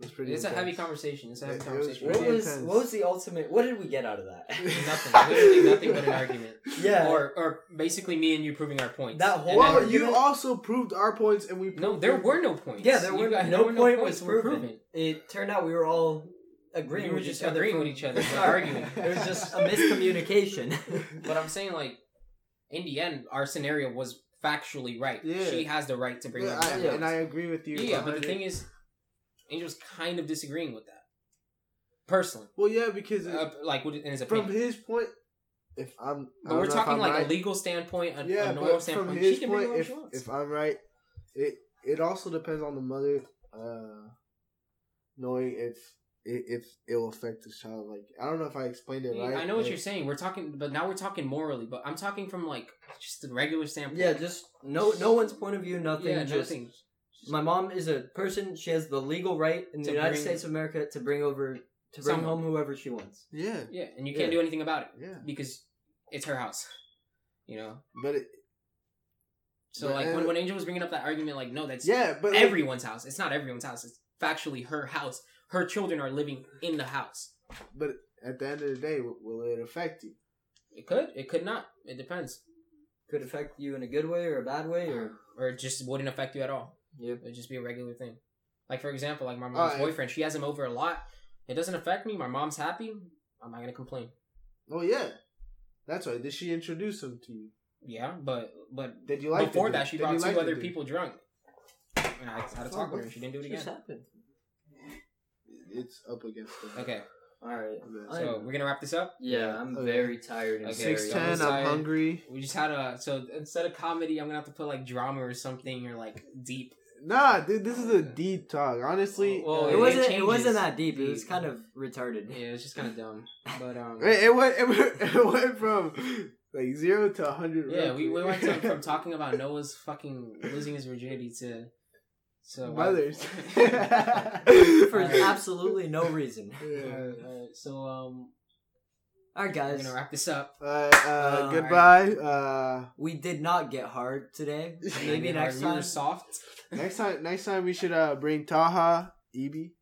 S1: Was pretty.
S2: it's a heavy
S1: intense.
S2: conversation. It's a heavy
S1: It- it was
S2: conversation.
S5: What
S1: Pretty
S5: was
S1: intense.
S5: what was the ultimate? What did we get out of that?
S2: nothing, literally nothing but an argument.
S5: yeah,
S2: Or, or basically me and you proving our points.
S5: That
S2: And
S5: whole-
S2: then-
S1: Well,
S5: An
S1: you
S5: argument?
S1: also proved our points, and we proved
S2: no, there were no points.
S5: yeah. There
S2: You
S5: were
S2: got- there
S5: no,
S2: were
S5: point
S2: points
S5: was
S2: were
S5: proven. It turned out we were all agreeing.
S2: We were
S5: with
S2: just
S5: each other
S2: agreeing
S5: from-
S2: with each other, but
S5: Sorry.
S2: arguing.
S5: It was just a miscommunication.
S2: But I'm saying like, in the end, our scenario was factually right.
S1: Yeah.
S2: She has the right to bring
S1: Yeah,
S2: up
S1: I,
S2: that.
S1: and I agree with you.
S2: yeah, yeah, but the
S1: 100.
S2: thing is, Angel's kind of disagreeing with that. Personally,
S1: well, yeah, because it-
S2: uh, like what- in his
S1: from
S2: opinion.
S1: his point, if I'm, I
S2: but
S1: don't
S2: we're
S1: know if
S2: talking
S1: I'm
S2: like
S1: right.
S2: a legal standpoint, a,
S1: yeah,
S2: a normal
S1: but from
S2: standpoint. She
S1: his
S2: can
S1: point,
S2: bring up what
S1: if
S2: she wants.
S1: if I'm right, it it also depends on the mother uh, knowing if i- if it will affect the child. Like I don't know if I explained it
S2: Yeah,
S1: right.
S2: I know what
S1: but-
S2: you're saying. We're talking, but now we're talking morally. But I'm talking from like just the regular standpoint.
S5: yeah, just no no one's point of view, nothing.
S2: yeah,
S5: just
S2: nothing.
S5: my mom is a person. She has the legal right in the
S2: To
S5: United
S2: bring-
S5: States of America to bring over to bring
S2: Someone.
S5: home whoever she wants.
S1: Yeah,
S2: Yeah, and you can't do
S5: Yeah.
S2: anything about it
S1: yeah,
S2: because it's her house. You know.
S1: but it,
S2: So
S1: But,
S2: like
S1: uh,
S2: when, when Angel was bringing up that argument, like no, that's
S1: yeah, but like,
S2: everyone's house. It's not everyone's house. It's factually her house. Her children are living in the house.
S1: but at the end of the day, w- will it affect you?
S2: It could. It could not. It depends.
S5: Could affect you in a good way or a bad way, or
S2: Or it just wouldn't affect you at all.
S5: Yep.
S2: It'd just be a regular thing. Like for example, like my mom's
S1: Alright.
S2: boyfriend, she has him over a lot. It doesn't affect me. My mom's happy. I'm not gonna complain.
S1: Oh yeah, that's why. Did she introduce him to you?
S2: Yeah, but but
S1: Did you like the
S2: before
S1: dude?
S2: that, she
S1: Did you
S2: brought
S1: like
S2: two
S1: the
S2: other
S1: dude?
S2: people drunk. And I had to talk with her. and She didn't do it
S5: just
S2: again.
S5: happened.
S1: It's up against them.
S2: Okay,
S5: All right.
S1: Okay.
S5: I-
S2: so we're gonna wrap this up.
S5: Yeah, I'm
S1: Okay.
S5: very tired and
S2: Okay,
S5: very.
S1: Six ten.
S2: Sorry.
S1: I'm hungry.
S2: We just had a so instead of comedy, I'm gonna have to put like drama or something or like deep.
S1: Nah, dude, this is a deep talk. Honestly,
S2: Well,
S5: it
S2: Oh, it
S5: wasn't. It
S2: changes.
S5: wasn't that deep. It was
S2: Deep.
S5: kind of retarded.
S2: Yeah, it's just kind of dumb. But um,
S1: It, it went it went, it went from like zero to hundred.
S2: yeah, we, we went to, from talking about Noah's fucking losing his virginity to so uh,
S1: mothers.
S5: For
S2: Alright.
S5: absolutely no reason.
S2: Uh,
S1: Yeah.
S2: uh, so um,
S5: All right,
S2: we're
S5: guys,
S2: gonna wrap this up.
S1: Uh, uh, goodbye. Uh,
S5: we did not get hard today. Maybe
S2: Our-
S5: next
S2: we were
S5: time.
S2: soft.
S1: next time, next time we should uh bring Taha Ibi.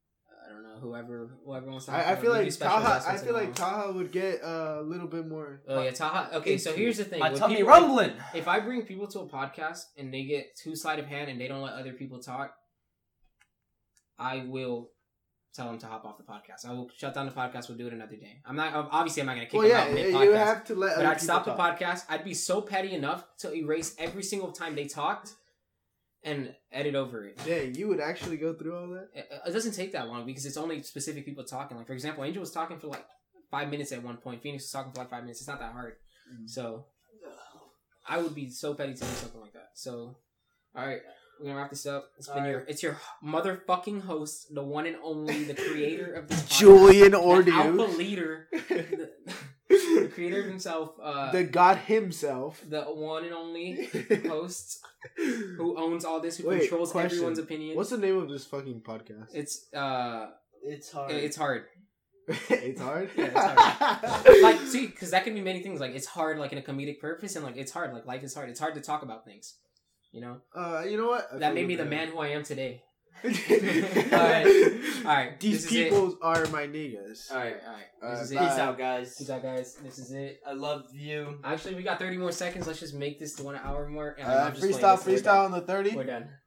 S2: I don't know whoever whoever wants to.
S1: I, I feel
S2: we do
S1: like
S2: special guests
S1: Taha. I
S2: once in
S1: feel
S2: a
S1: like
S2: while.
S1: Taha would get uh, a little bit more.
S2: Oh yeah, Taha. Okay, so here's the thing.
S5: My
S2: When
S5: tummy
S2: people-
S5: rumbling.
S2: if I bring people to a podcast and they get two side of hand and they don't let other people talk, I will tell them to hop off the podcast. I will shut down the podcast. We'll do it another day. I'm not obviously I'm not gonna kick
S1: Well,
S2: them
S1: yeah,
S2: out mid
S1: you
S2: podcast.
S1: have to let.
S2: but
S1: other
S2: I'd stop
S1: people
S2: the
S1: talk.
S2: podcast. I'd be so petty enough to erase every single time they talked and edit over it.
S1: Dang, you would actually go through all that.
S2: It it doesn't take that long because it's only specific people talking. Like for example, Angel was talking for like five minutes at one point. Phoenix was talking for like five minutes. It's not that hard. So I would be so petty to do something like that. So all right, we're gonna wrap this up. It's been
S5: All
S2: your it's your motherfucking host, the one and only, the creator of this podcast,
S1: Julian
S2: the alpha
S1: Ordu,
S2: leader, the, the
S1: the
S2: creator of himself, uh, the,
S1: god himself.
S2: one and only host who owns all this, who
S1: Wait,
S2: controls
S1: question.
S2: everyone's opinion.
S1: What's the name of this fucking podcast?
S2: it's uh,
S5: It's hard.
S2: it's hard.
S1: it's hard.
S2: Yeah, it's like see because that can be many things like it's hard like in a comedic purpose and like it's hard like life is hard it's hard to talk about things you know
S1: uh, you know what? I
S2: that
S1: feel
S2: made me the
S1: better.
S2: man who i am today
S1: Alright.
S2: all right
S1: These
S2: this is it.
S1: people are my niggas.
S5: All
S2: all
S5: right.
S2: right all right
S1: All
S2: this is
S1: right,
S2: it
S1: bye.
S5: Peace out, guys.
S2: peace out guys this is it
S5: I love you.
S2: actually we got 30 more seconds let's just make this to one hour more and
S1: Uh,
S2: I'm just playing
S1: freestyle,
S2: this. We're
S1: freestyle
S2: done.
S1: on the 30.
S2: we're done